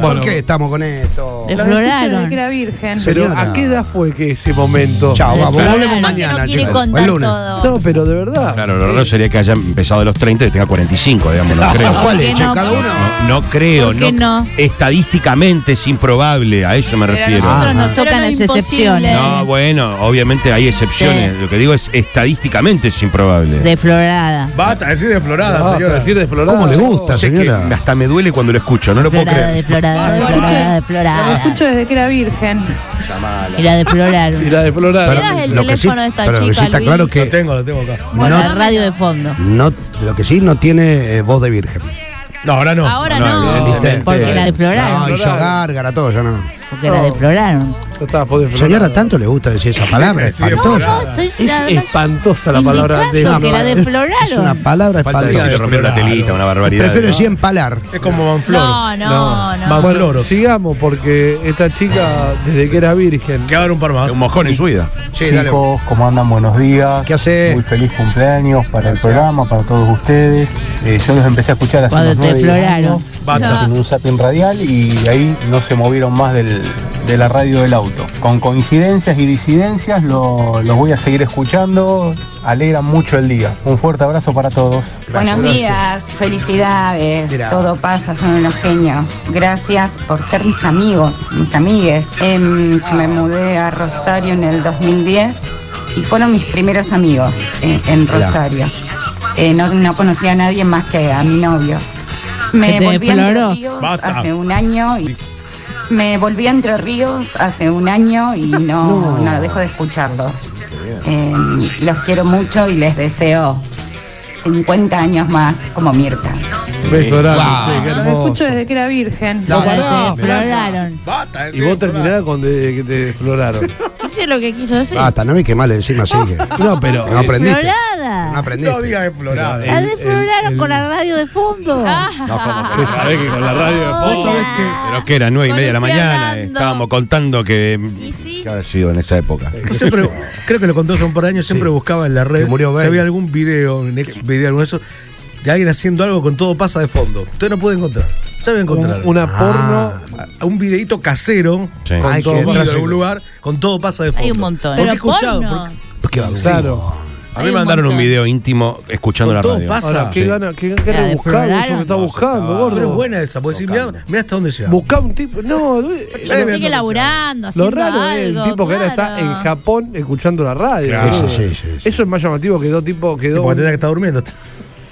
S7: ¿Por qué estamos con esto?
S2: Exploraron.
S11: era virgen.
S4: Pero
S7: Señora.
S4: ¿a qué edad fue que ese momento?
S7: Chao, vamos.
S2: Exploraron.
S7: Hablemos
S2: no
S7: mañana,
S2: quiere
S7: chicos.
S2: contar
S7: El lunes.
S2: todo.
S4: No, pero de verdad.
S6: Claro, lo raro sería que haya empezado a los 30 y tenga 45, digamos, no creo.
S7: Ah, ¿Cuál
S5: ¿Por
S7: es?
S5: qué
S7: che?
S5: no?
S7: ¿Cada uno?
S6: No creo,
S5: ¿Por qué no?
S6: Estadísticamente es improbable, a eso me refiero.
S2: Nosotros nos
S7: Ajá.
S2: tocan
S5: Pero
S2: las
S5: lo imposible.
S2: excepciones.
S6: No, bueno, obviamente hay excepciones. Lo que digo es estadísticamente es improbable.
S5: De florada.
S8: Basta, decir
S4: Ah,
S8: desflorada,
S4: para
S8: señora.
S4: decir de Florada.
S7: ¿Cómo le gusta,
S6: Che, que
S7: señora?
S6: hasta me duele cuando lo escucho, no lo puedo
S5: Florada,
S6: creer.
S5: de florada, de florada, de florada.
S11: desde que era virgen.
S5: Y la desploraron.
S4: Y la de Florada.
S2: Pero- das el
S7: lo que sí-
S2: teléfono de esta
S7: pero lo que sí
S2: chica,
S7: está
S2: Luis?
S7: claro
S8: Lo
S7: que
S8: tengo, lo tengo acá.
S5: Con
S7: no,
S5: la radio de fondo.
S7: no, lo que sí no tiene eh, voz de virgen.
S8: No, ahora no.
S2: Ahora
S6: No,
S2: no.
S6: evidentemente.
S7: ¿Viste?
S5: Porque la
S7: No,
S5: desploraron.
S7: y yo gárgara, todo, ya no.
S5: Porque la desploraron.
S4: Ya está, fue de Florada.
S7: Señora, tanto le gusta decir esa palabra,
S8: Sí, sí,
S7: espantosa.
S8: no, no,
S5: estoy-
S4: Es
S5: la verdad-
S4: espantosa la palabra de
S5: Indicando que la
S4: Florada.
S5: desploraron.
S7: Es una palabra
S6: Falta
S7: espantosa.
S6: decir,
S8: de
S6: te rompieron la
S8: Colorado.
S6: telita, una barbaridad.
S7: Prefiero
S6: ¿no?
S7: decir empalar.
S8: Es como Manflor.
S2: No, no, no.
S8: Van
S4: Bueno,
S8: Floro.
S4: sigamos porque esta chica, desde que era virgen,
S8: Quedaron un par más.
S6: Un mojón en su vida.
S7: Sí, dale.
S9: Chicos, ¿cómo andan? Buenos días.
S7: ¿Qué hace?
S9: Muy feliz cumpleaños para el programa, para todos ustedes. Eh, yo los empecé a escuchar hace
S5: Cuando
S9: unos
S5: te
S9: nueve, diez
S5: exploraron.
S9: años,
S8: Basta.
S9: en un zapping radial y de ahí no se movieron más del- de la radio del auto. Con coincidencias y disidencias lo- los voy a seguir escuchando. Alegran mucho el día. Un fuerte abrazo para todos.
S13: Buenos días, felicidades.
S7: Mirá.
S13: Todo pasa, son unos genios. Gracias por ser mis amigos, mis amigues. Em, yo me mudé a Rosario en el 2010 y fueron mis primeros amigos eh, en Rosario. Eh, no, no conocía a nadie más que a mi novio.
S5: Que
S13: Me
S5: te
S13: volví a
S5: defloró.
S13: Entre Ríos
S8: Basta.
S13: hace un año y me volví a Entre Ríos hace un año y no, no dejo de escucharlos. Em, los quiero mucho y les deseo 50 años más como Mirta.
S4: beso grande,
S7: Wow.
S4: che, qué hermoso.
S11: desde que era virgen.
S7: No,
S5: La
S7: pará,
S5: desploraron.
S8: Basta,
S4: Y vos terminás con de- que te desfloraron.
S2: Eso es lo que quiso decir.
S7: Basta, no me quemale encima, así que. No, pero. No aprendiste. No
S5: Florada.
S7: aprendiste.
S8: No digas explorada.
S5: La desploraron con la radio de fondo.
S6: No, ¿cómo que sabés que con la radio de fondo? Pero que era nueve y
S2: Con
S6: media de la
S2: el
S6: mañana.
S2: que
S6: eh,
S2: andando.
S6: Estábamos contando que.
S2: Y sí.
S6: ¿Qué había sido en esa época?
S8: Siempre, creo que lo contó hace un par de años, siempre buscaba en la red.
S7: Que murió
S8: si
S7: Bale.
S8: había algún video, en ex video, alguno de esos, de alguien haciendo algo con todo pasa de fondo. Usted no puede encontrar. Ya voy a
S4: Un-
S8: encontrar.
S4: una
S7: Ah.
S4: porno.
S8: A- un videito casero
S6: Sí.
S8: con
S7: Ay,
S8: todo
S7: qué
S8: pasa de
S7: lindo.
S8: algún lugar, con todo pasa de fondo.
S5: Hay un montón.
S8: Porque he
S2: Pero
S8: escuchado.
S2: porno.
S8: porque-
S7: Qué abusivo.
S4: Claro.
S6: A mí
S2: Hay
S6: me
S2: un
S6: mandaron un
S2: montón.
S6: video íntimo escuchando
S8: Con
S6: la
S8: todo
S6: radio.
S8: pasa.
S4: Ahora, qué
S6: Sí.
S4: gana, qué, qué
S5: La
S4: rebuscado eso que está
S5: desploraron.
S4: buscando,
S8: pero es
S4: gordo.
S8: buena esa, porque si mira, mira hasta dónde llega.
S4: Buscá un tipo. No, eh,
S8: Yo
S2: Sigue laburando,
S4: lo
S2: haciendo
S4: raro es el
S2: algo.
S4: tipo que ahora
S2: claro.
S4: está en Japón escuchando la radio.
S6: Claro.
S4: boludo.
S7: Sí, sí, sí, sí.
S4: Eso es más llamativo que dos tipos. Que
S8: Sí,
S4: dos,
S8: Porque tendrá que estar durmiendo.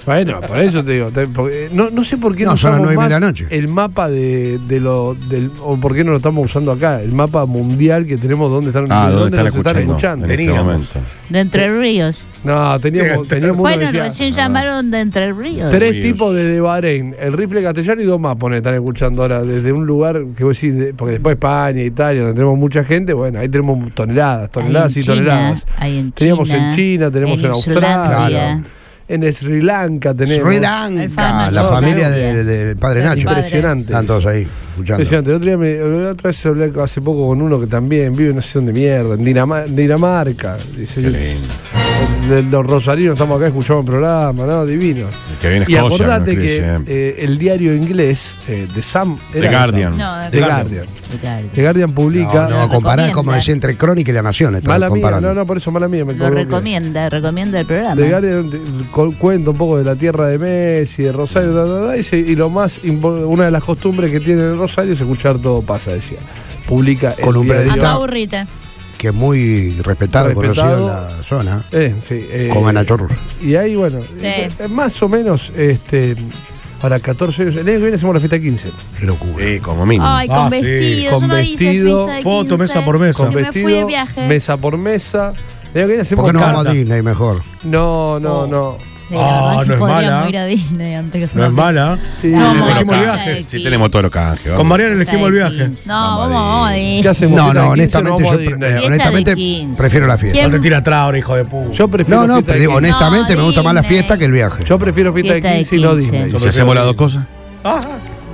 S4: Bueno, por eso te digo. te- porque, eh, no, no sé por qué no,
S7: No, son
S4: usamos
S7: las nueve y
S4: más
S7: media de la noche.
S4: el mapa de, de lo, del, o por qué no lo estamos usando acá, el mapa mundial que tenemos dónde están,
S6: Ah,
S4: de
S6: ¿dónde están
S4: nos están escuchando.
S6: escuchando? En este
S8: Teníamos.
S6: momento.
S5: De Entre
S4: Eh,
S5: Ríos.
S4: No, teníamos, teníamos uno que
S5: Bueno,
S4: decía,
S5: recién llamaron de Entre Ríos.
S4: tres
S6: Dios.
S4: tipos desde Bahrein, el rifle castellano y dos más, pone, están escuchando ahora desde un lugar que vos decís, de- porque después España, Italia, donde tenemos mucha gente, bueno, ahí tenemos toneladas,
S5: Hay en
S4: toneladas y
S5: China,
S4: toneladas.
S5: hay en
S4: Teníamos en China, tenemos en, Australia,
S5: Islandia.
S4: en Sri Lanka tenemos.
S7: Sri
S5: El
S7: Lanka,
S5: fan
S7: la
S5: mayor.
S7: familia de- del padre Nacho.
S4: Impresionante.
S7: Están todos ahí, escuchando.
S4: Impresionante. El otro día me, el otra vez hablé hace poco con uno que también vive no sé dónde mierda, en Dinama- en Dinamarca. Dice, de los rosarinos estamos acá, escuchamos el programa, ¿no? Divino.
S6: El que viene
S4: Y
S6: Escocia,
S4: acordate
S6: no
S4: que
S6: escribe,
S4: eh, el diario inglés eh, The Sam
S6: The
S4: era
S6: Guardian.
S2: No, de
S4: The Guardian.
S5: Claro.
S4: The Guardian publica.
S7: No, no, comparar
S5: recomienda.
S7: como decía entre Crónica y La Nación. estamos
S4: mala mía,
S7: comparando.
S4: no, no, por eso mala mía. Me
S5: Lo
S4: equivoqué.
S5: recomienda, recomienda el programa.
S4: The Guardian te- co- cuenta un poco de la tierra de Messi, de Rosario, ta, ta, ta, y, se- y lo más impo- una de las costumbres que tiene Rosario es escuchar todo pasa, decía. Publica el
S7: Con un
S4: diario-
S5: Ah,
S7: periodista
S2: Acá aburrite.
S7: Que es muy respetado,
S4: Respetado.
S7: conocido en la zona.
S4: Eh, sí, eh,
S7: como en Nacho Russo.
S4: Y ahí, bueno, eh, más o menos, este, para 14 años, el año que viene hacemos la fiesta 15.
S7: Qué locura.
S6: Sí, como mínimo.
S2: Ay, con
S8: Ah, sí.
S2: vestido.
S4: Con
S2: Yo no
S4: vestido,
S2: hice fiesta de
S8: foto,
S2: 15,
S8: mesa por mesa.
S4: Con
S2: que Me fui de
S4: vestido,
S2: viaje.
S4: mesa por mesa. El año que viene
S7: ¿Por
S4: hacemos
S7: qué no vamos a
S4: carta.
S7: Disney mejor?
S4: No, no, no.
S2: Sí, la verdad
S8: Ah,
S2: que
S8: no es
S2: podríamos
S8: mala.
S2: ir a Disney antes que se
S8: No es
S2: nos-
S8: mala. ¿eh?
S4: Sí.
S2: No,
S6: Tenemos
S2: vamos a
S6: los
S8: Elegimos el
S2: fiesta de
S8: viaje.
S6: Sí,
S2: 15.
S6: tenemos todos los canjes. vamos.
S8: Con Mariano elegimos el
S5: Está de
S8: viaje.
S5: quince.
S2: No, vamos, vamos a
S4: ¿Qué
S2: Disney.
S4: hacemos?
S7: No,
S4: Fiesta
S7: no,
S4: de 15,
S7: honestamente,
S4: vamos a
S7: yo,
S4: Disney.
S7: eh,
S5: Fiesta
S7: honestamente
S5: de 15.
S7: prefiero la fiesta.
S8: No te tira trabre, hijo de puta.
S4: Yo prefiero
S7: No, no,
S4: fiesta
S7: pero
S4: de
S7: digo,
S4: 15.
S7: honestamente
S2: No,
S7: me gusta más la
S2: Disney.
S7: fiesta que el viaje.
S4: Yo prefiero fiesta de
S5: Fiesta de
S4: 15 y no
S5: 15.
S4: Disney.
S6: ¿Y si hacemos las dos cosas?
S8: Ah,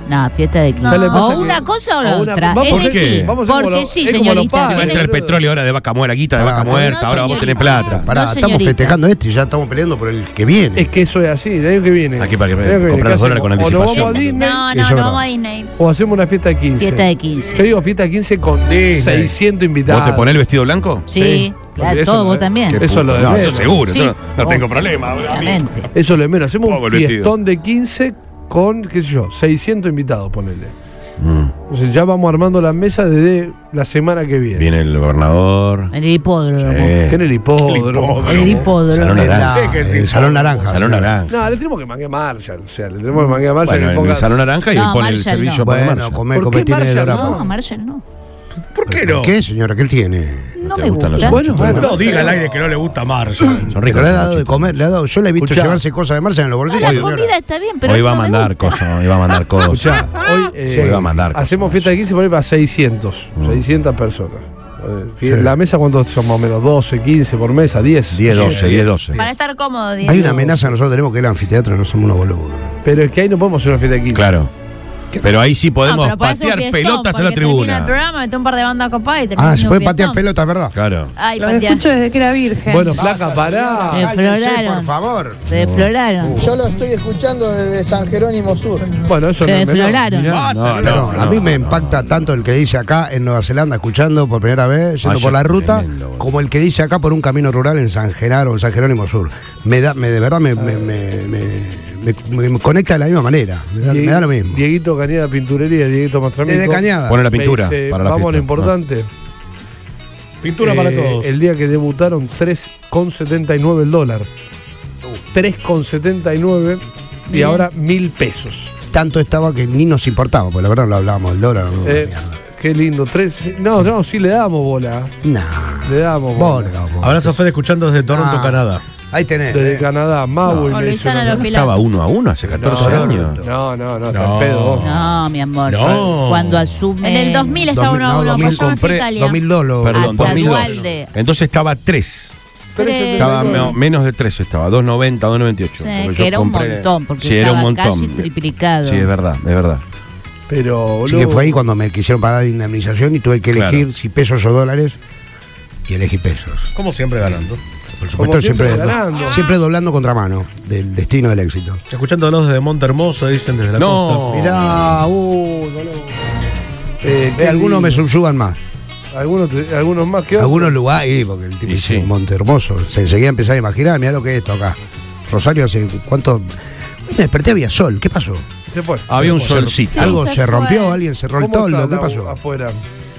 S5: No, fiesta de 15.
S4: Ya le pasa
S5: O
S4: que-
S5: una cosa o
S4: o
S5: la
S4: una-
S5: otra.
S4: vamos
S5: Es
S4: a ser-
S5: decir,
S4: vamos a ser como
S5: Porque
S4: los-
S5: sí,
S4: es como los
S5: señorita.
S4: padres.
S6: Entra el petróleo ahora de vaca muerta, la guita de vaca muerta, ahora vamos a tener plata.
S7: Pará, estamos
S5: señorita.
S7: festejando este y ya estamos peleando por el que viene.
S4: Es que eso es así, el año que viene.
S6: Aquí para que
S4: El año que viene,
S6: comprar
S4: ¿qué
S6: los dólares con
S4: hacemos? O nos
S6: anticipación.
S4: vamos a Disney.
S2: No,
S4: que
S2: no,
S4: yo
S2: no vamos a Disney.
S4: O hacemos una fiesta de 15.
S5: Fiesta de 15.
S4: Yo digo fiesta de 15 con
S6: Disney.
S4: 600 invitados.
S6: ¿Vos te ponés el vestido blanco?
S5: Sí, claro,
S4: Eso
S5: todo,
S4: no
S5: vos
S4: es-
S5: también.
S4: Qué Eso es lo de
S6: No, yo
S4: menos.
S6: seguro,
S5: Sí.
S6: yo no, no
S5: Oh.
S6: tengo problema. a mí.
S5: Obviamente.
S4: Eso es lo de menos. Hacemos
S6: Pobre
S4: un
S6: vestido.
S4: fiestón de 15 con, qué sé yo, 600 invitados, ponele.
S6: Mm.
S4: Entonces ya vamos armando la mesa desde la semana que viene.
S6: Viene el gobernador.
S5: En el hipódromo.
S6: eh,
S4: Que en el hipódromo.
S5: En el hipódromo.
S6: Salón
S7: La-
S6: naranja.
S7: el salón naranja.
S6: Salón naranja.
S4: No, le tenemos que manguear Marshall. O sea, le tenemos que manguear Marshall.
S6: Bueno,
S4: que
S6: en
S4: ponga-
S6: el salón naranja y
S5: No,
S6: pone el
S5: Marshall
S6: servicio
S5: no.
S6: para
S7: Bueno,
S6: Marshall.
S7: comer,
S4: ¿Por
S7: comer
S4: qué
S7: tiene
S4: Marshall
S7: de
S4: no?
S7: Dorapo.
S5: No, Marcel no.
S8: ¿Por qué no?
S7: ¿Qué, señora? ¿Qué él tiene?
S5: No
S6: te
S5: me
S6: gustan los
S5: gusta.
S4: Bueno, bueno.
S8: No diga al aire que no le gusta Marzo.
S6: Son
S7: Pero
S6: ricos.
S7: le
S6: los
S7: ha dado de
S6: nachitos.
S7: comer, le ha dado. Yo le he visto
S4: Escuchá.
S7: llevarse cosas de Marshall en los
S5: No,
S7: bolsillos.
S5: la
S7: señora.
S5: comida está bien, pero
S6: Hoy va a
S5: no me
S6: mandar
S5: gusta.
S6: cosas, hoy va a mandar cosas.
S4: Escuchá, hoy eh,
S6: Hoy va a mandar Mm. cosas,
S4: hacemos fiesta de 15 por ahí para 600. 600 personas. Eh, fie-
S7: Sí.
S4: La mesa, ¿cuántos son más o menos? 12, 15 por mesa, 10.
S6: 10, 12, 10, 12.
S2: Para estar cómodo, Diego.
S7: Hay una amenaza, nosotros tenemos que ir al anfiteatro, no somos unos boludos.
S4: Pero es que ahí no podemos hacer una fiesta de 15.
S6: Claro. Pero ahí sí
S2: No,
S5: Ah,
S2: Ah,
S6: podemos
S2: pero podés hacer un
S6: patear
S2: fiestón,
S6: pelotas en la
S2: porque termina el
S6: tribuna.
S2: programa, mete un par de bandas copadas y termina
S7: Ah, se
S2: haciendo
S7: puede
S2: un
S7: patear
S2: fiestón.
S7: pelotas, ¿verdad?
S6: Claro.
S2: Ay,
S11: Los
S2: patear.
S11: escucho desde que era virgen.
S4: Bueno, flaca, pará.
S5: Eh, floraron.
S7: por favor.
S5: Se desfloraron.
S7: Oh,
S9: Yo lo estoy escuchando desde San Jerónimo Sur.
S4: Bueno, eso
S5: Se
S4: no es menor.
S5: desfloraron.
S4: Ah,
S6: Mirá, no,
S7: Pero
S6: no,
S7: a mí
S6: no,
S7: me
S6: no.
S7: impacta tanto el que dice acá en Nueva Zelanda, escuchando por primera vez, yendo
S6: Vaya,
S7: por la ruta,
S6: tremendo, boludo.
S7: como el que dice acá por un camino rural en San Genaro o en San Jerónimo Sur. Me da, me, de verdad me, me, me- me- me- me conecta de la misma manera. Me da, me da lo mismo.
S4: Dieguito Cañada Pinturería, Dieguito Mastramico.
S7: Desde Cañada.
S6: Pone la pintura
S4: Me dice,
S6: para la
S4: Vamos a lo
S6: fiesta.
S4: importante.
S8: Pintura
S4: Eh,
S8: para todos.
S4: El día que debutaron 3,79 el dólar. 3,79 y
S5: Bien.
S4: ahora mil pesos.
S7: Tanto estaba que ni nos importaba, porque la verdad lo hablábamos del dólar. no,
S4: Eh, qué lindo. Tres, no, no, sí le damos bola.
S7: Nah.
S4: Le damos bola.
S7: Vos le dabas bola.
S8: Abrazo Fede escuchando desde Toronto,
S7: Ah,
S8: Canadá.
S7: Ahí tenés.
S4: Desde
S7: eh.
S4: Canadá, Maui
S2: Con
S4: me hizo
S2: Luisana
S4: una-
S2: los Pilatos.
S6: Estaba uno a uno hace 14
S7: No,
S6: años.
S4: No, no, no, está
S8: No.
S4: en pedo. vos.
S5: No, mi amor.
S8: No.
S5: Cuando asume.
S2: En el 2000 estaba
S7: 2000,
S2: uno a
S7: no,
S2: uno.
S7: 2000
S2: Yo me fui a
S6: compré,
S2: Italia.
S7: 2000 dólares.
S6: Perdón,
S5: Hasta
S6: 2002.
S5: Dualde.
S6: Entonces estaba 3.
S4: Tres
S2: Tres.
S6: Estaba
S2: Sí.
S6: me- menos de 3 estaba, 2.90, 2.98.
S5: Sí,
S6: porque yo
S5: que era un
S6: compré-
S5: montón, porque
S6: sí, era un
S5: estaba casi
S6: montón.
S5: triplicado.
S6: Sí, es verdad, es verdad.
S4: Pero, boludo.
S7: Así que fue ahí cuando me quisieron pagar la indemnización y tuve que
S6: Claro.
S7: elegir si pesos o dólares. Y elegí pesos.
S8: Como siempre ganando.
S7: Por supuesto,
S4: Como siempre,
S7: siempre,
S4: ganando.
S7: siempre doblando contramano del destino del éxito.
S8: Escuchándolos desde Monte Hermoso, dicen desde la
S6: No.
S8: costa.
S7: Mirá, uh,
S4: ah, Eh, qué
S7: algunos me
S4: lindo.
S7: subyugan más.
S4: algunos, te- algunos más que otros.
S7: Algunos lugares, sí, porque el tipo
S6: Y
S7: dice
S6: sí.
S7: Monte Hermoso. Se enseguida empezaba a imaginar, mirá lo que es esto acá. Rosario hace cuánto. Hoy Me desperté, había sol. ¿Qué pasó?
S4: Se fue.
S6: Había un
S4: Se fue.
S6: solcito.
S7: Algo
S2: se
S7: se,
S2: fue.
S7: rompió, alguien cerró el
S4: ¿Cómo
S7: toldo.
S4: está
S7: ¿Qué
S4: la-
S7: pasó?
S4: Afuera.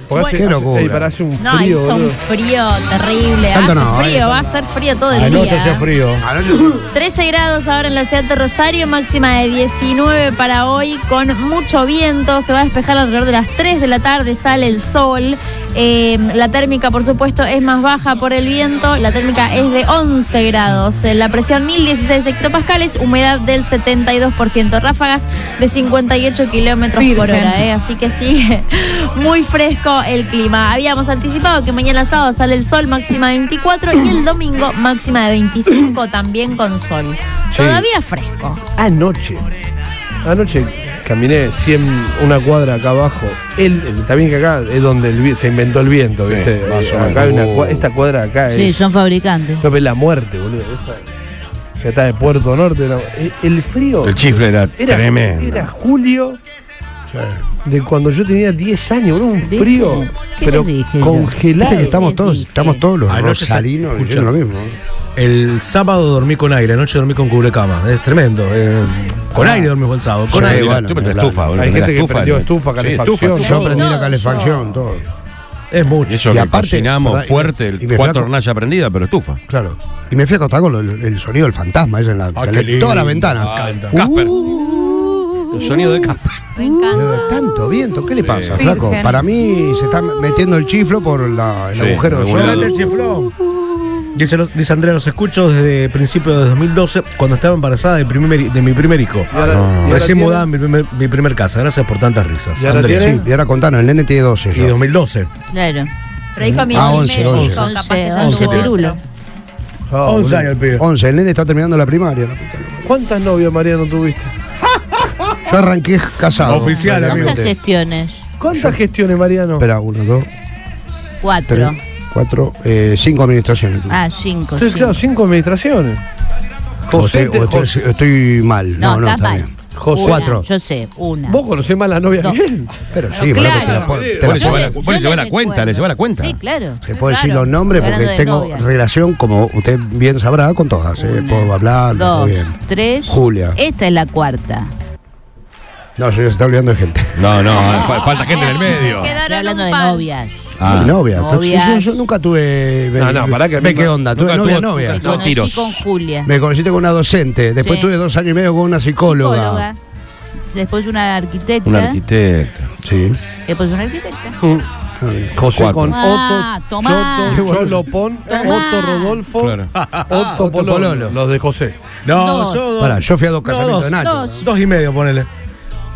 S4: Porque hace,
S7: Qué
S4: hace-
S7: locura.
S4: ey, pará, hace un
S2: No,
S4: frío,
S2: hizo
S4: boludo.
S2: un frío terrible.
S7: Tanto
S2: Hace
S7: no,
S2: frío,
S7: eh.
S2: va a ser frío todo el
S4: Anoche
S2: día. ¿eh?
S4: hacía frío.
S7: Anoche se-
S2: 13 grados ahora en la ciudad de Rosario, máxima de 19 para hoy, con mucho viento. Se va a despejar alrededor de las 3 de la tarde, sale el sol. Eh, la térmica, por supuesto, es más baja por el viento. La térmica es de 11 grados. Eh, La presión 1016 hectopascales, humedad del 72%, ráfagas de 58 kilómetros por
S11: Virgen.
S2: hora. eh. Así que sigue muy fresco el clima. Habíamos anticipado que mañana sábado sale el sol, máxima de 24, y el domingo, máxima de 25, también con sol.
S4: Sí.
S2: Todavía fresco.
S4: Anoche. Anoche caminé 100, una cuadra acá abajo. El, el- también que acá es donde el vi- se inventó el viento,
S6: Sí,
S4: ¿viste?
S6: más
S4: Eh,
S6: o menos.
S4: acá hay una
S6: Uh.
S4: cua- esta cuadra acá
S5: Sí,
S4: es.
S5: son fabricantes.
S4: no, pero es la muerte, boludo. Esta- ya está de Puerto Norte. no. Eh, El frío.
S6: El chifle era,
S4: era,
S6: tremendo.
S4: era julio de cuando yo tenía 10 años, boludo, un
S5: ¿Viste?
S4: frío.
S5: ¿Qué
S4: Pero
S5: les dije yo?
S4: congelado.
S7: Viste que estamos
S5: les
S7: todos,
S5: dije.
S7: estamos todos los
S8: Anoche se-
S7: rosarinos
S8: escucha.
S7: diciendo lo mismo.
S8: El sábado dormí con aire, anoche dormí con cubrecama. Es tremendo. eh, con aire dormí el sábado. Con
S7: Sí,
S8: aire.
S7: bueno,
S6: Yo prendí
S7: claro.
S6: estufa, boludo,
S4: Hay
S6: prendí
S4: gente
S6: la
S4: que prendió
S6: de-
S4: estufa,
S6: Sí,
S4: calefacción.
S6: estufa.
S7: Yo aprendí
S2: no,
S7: la
S2: yo-
S7: calefacción, todo.
S8: Es
S6: Y
S8: mucho.
S6: eso
S7: Y
S6: que
S7: aparte,
S6: cocinamos
S7: ¿verdad? Y-
S6: fuerte, el
S7: y me
S6: cuatro
S7: flaco-
S6: hornallas prendidas, pero estufa.
S7: Claro. Y me fui a acostar con lo- el, sonido del fantasma, esa en la,
S8: Ah,
S7: la-
S8: qué lindo.
S7: toda la ventana.
S8: Ah, encanta.
S6: Casper.
S5: Uh.
S6: El sonido de Casper.
S2: Me encanta.
S7: Pero Tanto viento, ¿qué le pasa,
S6: Sí.
S7: flaco?
S11: Virgen.
S7: Para mí se está metiendo el chiflo por la- el
S6: Sí,
S7: agujero del
S6: algún
S7: sol.
S6: lado.
S8: Solamente el chiflón. Dice, lo- dice Andrea, los escucho desde principios de 2012, cuando estaba embarazada de, primer- de mi primer hijo.
S4: Y ahora- y ahora
S8: Recién
S4: tiene-
S8: mudada en mi primer, mi primer casa. Gracias por tantas risas.
S4: ¿Y ahora
S8: Andrea.
S4: tiene?
S7: Sí, y ahora contanos, el nene tiene 12
S8: Y
S7: ya.
S8: 2012.
S5: Claro.
S2: Pero dijo a mi
S7: Ah,
S2: hijo,
S7: once,
S2: me
S7: once.
S2: dijo, capaz que ya
S5: Once,
S2: tuvo
S5: once
S2: otro.
S5: pirulo.
S4: Ah,
S8: 11
S4: boludo.
S8: años el pibe.
S7: 11, el nene está terminando la primaria.
S4: ¿Cuántas novias, María, no tuviste?
S7: Yo arranqué casado.
S5: Oficial,
S7: prácticamente.
S5: ¿Cuántas gestiones?
S4: ¿Cuántas gestiones, Mariano?
S7: Espera, uno, dos,
S5: Cuatro.
S7: tres, cuatro, eh, cinco administraciones.
S5: Ah, cinco.
S4: Entonces,
S5: cinco.
S4: claro, cinco administraciones. José,
S7: O estoy, o estoy-
S4: José-
S7: estoy mal. No,
S5: No,
S7: no,
S5: está
S7: está
S5: mal.
S7: bien. José.
S5: Una,
S7: Cuatro.
S5: Yo sé, una.
S4: Vos conocés más la novia
S5: Dos.
S4: que él.
S7: Pero
S5: Claro.
S7: sí, boludo, te la puedo- te la
S6: Vos le
S7: puedo-
S6: llevás la- vos le llevás la cuenta, le llevás la cuenta.
S5: Sí, claro.
S7: Te puedo decir los nombres porque
S5: Hablando de
S7: tengo
S5: novia.
S7: relación, como usted bien sabrá, con todas. ¿eh? Puedo hablar
S5: Dos,
S7: muy bien.
S5: tres.
S7: Julia.
S5: Esta es la cuarta.
S7: No, se está olvidando de gente.
S6: No, no, fal- falta gente en el medio.
S5: Estoy hablando de novias.
S6: Ah.
S7: Mi novia. pero
S5: Novias.
S7: Yo, yo nunca tuve.
S4: No, no, pará que a
S7: Ve
S4: mí
S7: qué
S4: no-
S7: onda.
S6: nunca
S7: Tuve novia,
S6: tuvo-
S7: novia.
S5: Me
S6: No,
S5: conocí
S6: tiros.
S5: con Julia.
S7: Me conociste con una docente. Después
S5: Sí.
S7: tuve dos años y medio con una psicóloga.
S5: Psicóloga. Después una arquitecta.
S6: Un arquitecto.
S7: Sí.
S5: Después una arquitecta.
S4: José
S6: Cuatro.
S4: con
S5: Ah,
S4: Otto,
S5: tomá.
S4: Choto, Cholopón, Otto Rodolfo,
S6: Claro.
S4: Otto,
S7: Otto
S4: Pololo,
S7: Pololo.
S4: Los de José.
S8: No,
S5: Dos.
S8: yo dos.
S7: Pará, yo fui a dos
S8: No,
S7: casamientos de Nacho.
S5: Dos.
S8: Dos y medio, ponele.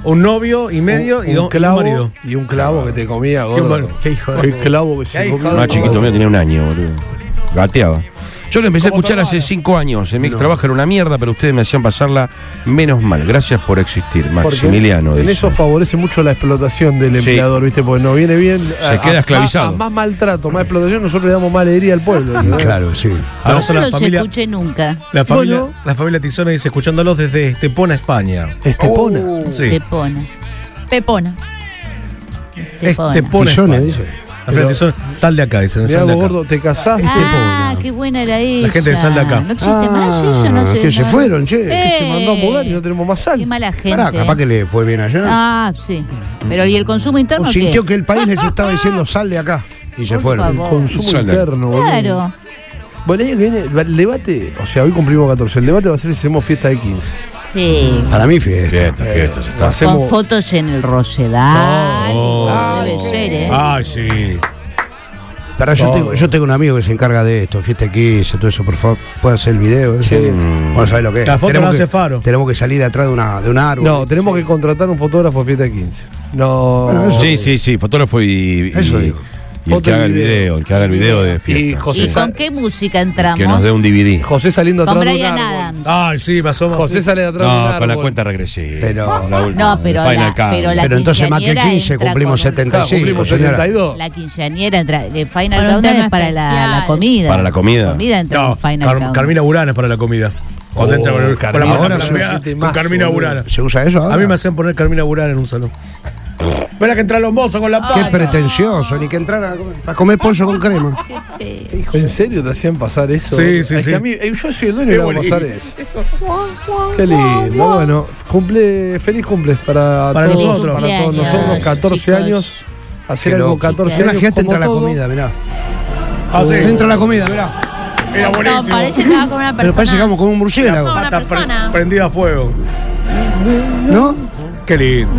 S8: Un novio y medio
S4: un,
S8: y
S4: un
S8: dos y un
S4: clavo
S8: marido.
S4: y un clavo que te comía,
S8: un
S4: gordo.
S8: mar-
S4: Qué hijo de clavo que se
S7: hijo
S4: comía.
S7: de-
S6: Más chiquito mío tenía un año, boludo. Gateaba. Yo lo empecé a escuchar hace cinco años. En mi ex trabajo era una mierda, pero ustedes me hacían pasarla menos mal. Gracias por existir,
S4: Porque
S6: Maximiliano.
S4: En
S6: dice.
S4: eso favorece mucho la explotación del
S6: Sí.
S4: empleador, ¿viste? Porque no viene bien.
S6: Se queda
S4: A,
S6: esclavizado.
S4: a más maltrato, más explotación, nosotros le damos más alegría al pueblo. ¿eh? ¿entendés?
S7: Claro, sí.
S8: Ahora
S5: Yo
S8: son la
S5: no los
S8: familia,
S5: escuché nunca.
S8: la familia,
S4: Bueno.
S8: la familia Tizona dice, escuchándolos desde Estepona, España. Oh.
S4: Estepona.
S8: Sí.
S5: Pepona.
S2: Pepona.
S5: Estepona.
S8: Estepona, España.
S7: Tizones, dice.
S8: La familia Tizona, sal de acá, dicen,
S4: Mirá
S8: sal de
S4: vos,
S8: acá.
S4: gordo, te casaste.
S5: Ah, qué buena era ella.
S8: gente de Sal de Acá.
S5: No existe
S7: Ah,
S5: más eso, no sé.
S7: que se
S5: no.
S7: fueron, che, que
S4: Se mandó a mudar y no tenemos más
S5: Qué
S4: sal.
S5: mala gente.
S7: Pará, capaz que le fue bien allá.
S5: Ah, sí. Pero ¿y el consumo interno
S7: o
S5: qué?
S7: sintió que el país les estaba diciendo sal de acá. Y se
S5: Por
S7: fueron.
S5: favor.
S4: Consumo
S6: Sal.
S4: interno, boludo.
S5: Claro.
S4: Bueno, el año que viene, el debate, o sea, hoy cumplimos 14, el debate va a ser si hacemos fiesta de 15.
S5: Sí.
S7: Para mí fiesta.
S6: Fiesta, fiesta, se está.
S5: Con
S4: Hacemos,
S5: fotos en el Rosedal.
S6: Oh. Ah,
S5: Debe ser, ¿eh?
S8: Ay, sí.
S7: Para yo
S4: Todo.
S7: tengo, yo tengo un amigo que se encarga de esto, fiesta 15, todo eso, por favor, puede hacer el video, eso.
S4: Sí.
S7: Vos sabés lo que es.
S8: La foto no hace
S7: que,
S8: faro.
S7: tenemos que salir de atrás de, una, de un árbol.
S4: no, tenemos que contratar un fotógrafo de fiesta de 15. No.
S7: Bueno, eso-
S6: Sí, sí, sí, fotógrafo y, y-
S7: Eso digo.
S6: y el
S4: Foto
S6: que
S4: y
S6: haga el
S4: video.
S6: video, el que haga el video de fiesta.
S4: Y José,
S5: ¿Y
S4: sa-
S5: con qué música entramos?
S6: Que nos dé un DVD.
S4: José saliendo
S5: Con
S4: atrás de un
S5: Brian
S4: árbol.
S5: Adams.
S8: Ay, sí, pasó.
S4: José sale de atrás de un
S6: No,
S4: árbol.
S6: con la cuenta regresiva.
S7: Pero-
S6: La última,
S5: No, pero
S6: Final
S5: la,
S6: Countdown.
S5: pero la
S7: Pero entonces más que
S5: quinceañera
S7: 15
S5: entra con
S7: cumplimos
S5: un-
S7: 75.
S4: Claro, cumplimos
S7: señora.
S4: 72.
S5: La quinceañera entra. El Final
S2: Para un
S5: Countdown
S2: tema
S5: es para la, la
S2: especial.
S5: comida.
S6: Para la comida.
S5: entra
S8: No,
S5: con Final
S8: Car-
S5: Countdown.
S8: Carmina Burana es para la comida. Cuando
S4: Oh,
S8: entra con, el- con la
S4: Carmina.
S8: mano
S7: Ahora
S8: plateada,
S7: se usa
S8: con
S4: más,
S8: Carmina
S4: boludo.
S8: Burana.
S7: ¿Se usa eso ahora?
S8: A mí me hacen poner Carmina Burana en un salón. Espera que entran los mozos con la
S7: Qué
S8: pala.
S7: Ah, pretencioso, ni que entraran a comer, a comer pollo con crema.
S4: ¿En serio te hacían pasar eso?
S8: Sí, sí,
S4: Es que
S8: sí.
S4: a mí- eh, yo soy el dueño de
S8: Qué
S4: pasar eso.
S8: buenísimo.
S4: Qué lindo. Bueno, cumple, feliz cumple para,
S8: Para
S4: todos,
S8: nosotros.
S4: para todos
S5: Cumpleaños,
S4: nosotros. 14
S5: chicos.
S4: años. Hacer
S7: Qué
S4: algo
S7: loco.
S4: 14
S7: Mirá,
S4: años.
S7: gente entra
S4: como
S7: la
S4: todo.
S7: comida, mirá.
S8: Ah, sí.
S7: Entra la comida, mirá.
S8: Era
S2: No,
S8: buenísimo.
S2: parece que va con una
S7: Pero parece que
S2: persona.
S7: vamos con un
S2: No,
S7: murciélago,
S2: una
S8: Pata pre-
S2: persona.
S8: prendida a fuego.
S7: ¿no?
S8: Qué lindo.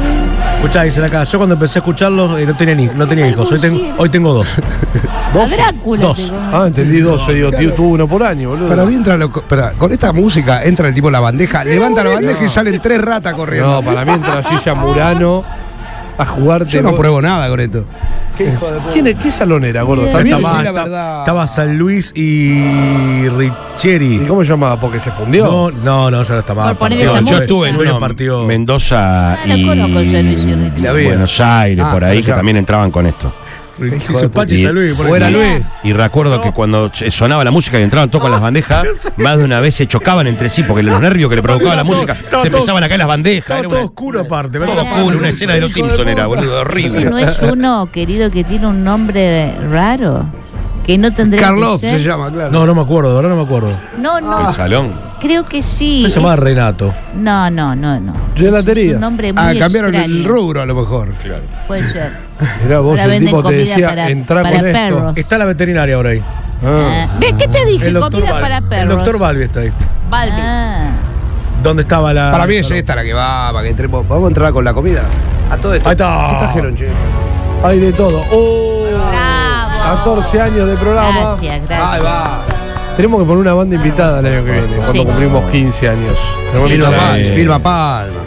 S8: Escuchá, dicen acá, yo cuando empecé a escucharlos eh, no tenía, ni, no tenía hijos, hoy, ten- hoy tengo dos.
S2: A Drácula.
S8: Dos.
S2: digo.
S4: Ah, entendí 12, digo, tío, tuvo uno por año, boludo.
S7: Para mí entra lo, espera, con esta música entra el tipo la bandeja, levanta la bandeja y salen tres ratas corriendo.
S4: No, para mí entra Gilla Murano a jugarte.
S7: Yo no
S4: vos-
S7: pruebo nada con esto.
S4: ¿Quién es- ¿Qué salonera, gordo? ¿También?
S7: Está
S8: estaba,
S7: sí, la
S8: esta-
S7: verdad.
S8: estaba San Luis y
S4: ¿Y
S8: Richeri.
S4: cómo se llamaba? Porque se fundió.
S8: No, no, no, ya no está mal.
S2: Por poner
S8: Partido-
S2: esa
S6: yo
S2: música.
S6: estuve en
S8: dueño
S6: uno,
S8: partido.
S6: Mendoza
S5: Ah, la
S6: y
S5: conozco, yo, Luis y Ricky.
S7: La vi.
S6: Buenos Aires,
S7: Ah,
S6: por ahí,
S7: pero
S6: que
S7: ya.
S6: también entraban con esto.
S8: Sí, su Pachi
S6: Y-
S8: San Luis. por
S7: Fuera
S8: ejemplo.
S7: Luis.
S6: Y recuerdo que cuando se- sonaba la música y entraban todos con las bandejas, más de una vez se chocaban entre sí, porque los nervios que le provocaba la
S8: Estaba
S6: música,
S8: todo- estaba
S6: se
S8: todo-
S6: empezaban a caer las bandejas.
S8: Estaba
S6: Era
S8: todo
S6: una,
S8: oscuro aparte.
S6: todo oscuro, una escena de los Simpsons era, boludo,
S5: Ese no
S6: horrible.
S5: es uno, querido, que tiene un nombre raro. Que no tendría
S7: Carlos
S5: que
S7: se
S5: ser.
S7: llama, claro.
S8: No, no me acuerdo, de verdad no me acuerdo.
S5: No, no,
S6: El salón.
S5: creo que sí.
S8: Se llamaba
S5: Es-
S8: Renato.
S5: No, no, no, no.
S4: Gelatería.
S5: Es un nombre muy
S7: ah, cambiaron el
S5: extraño.
S7: rubro a lo mejor.
S5: Puede ser.
S4: Mirá vos,
S5: Ahora
S4: el
S5: venden
S4: tipo te
S5: comida
S4: decía,
S5: para-
S4: entra
S5: para
S4: con esto.
S5: perros.
S8: Está la veterinaria ahora ahí.
S4: Ah.
S5: Ah. ¿Ves qué te dije?
S8: El doctor,
S5: Comida
S8: Balbi.
S5: para
S8: el
S5: perros.
S8: doctor Balbi está ahí.
S2: Balbi.
S5: Ah,
S8: ¿Dónde estaba la.?
S7: Para mí es esta la que va, para que entremos. Vamos a entrar con la comida. A todo esto.
S8: Ahí está.
S7: ¿Qué trajeron, che?
S4: Hay de todo. ¡Oh!
S5: Bravo.
S4: 14 años de programa.
S5: Gracias, gracias.
S7: Ahí va.
S4: Tenemos que poner una banda invitada el año que viene, cuando
S5: Sí.
S4: cumplimos 15 años. Tenemos que
S7: Vilma
S4: invitar
S7: Palma.
S6: Eh.
S7: Vilma Palma.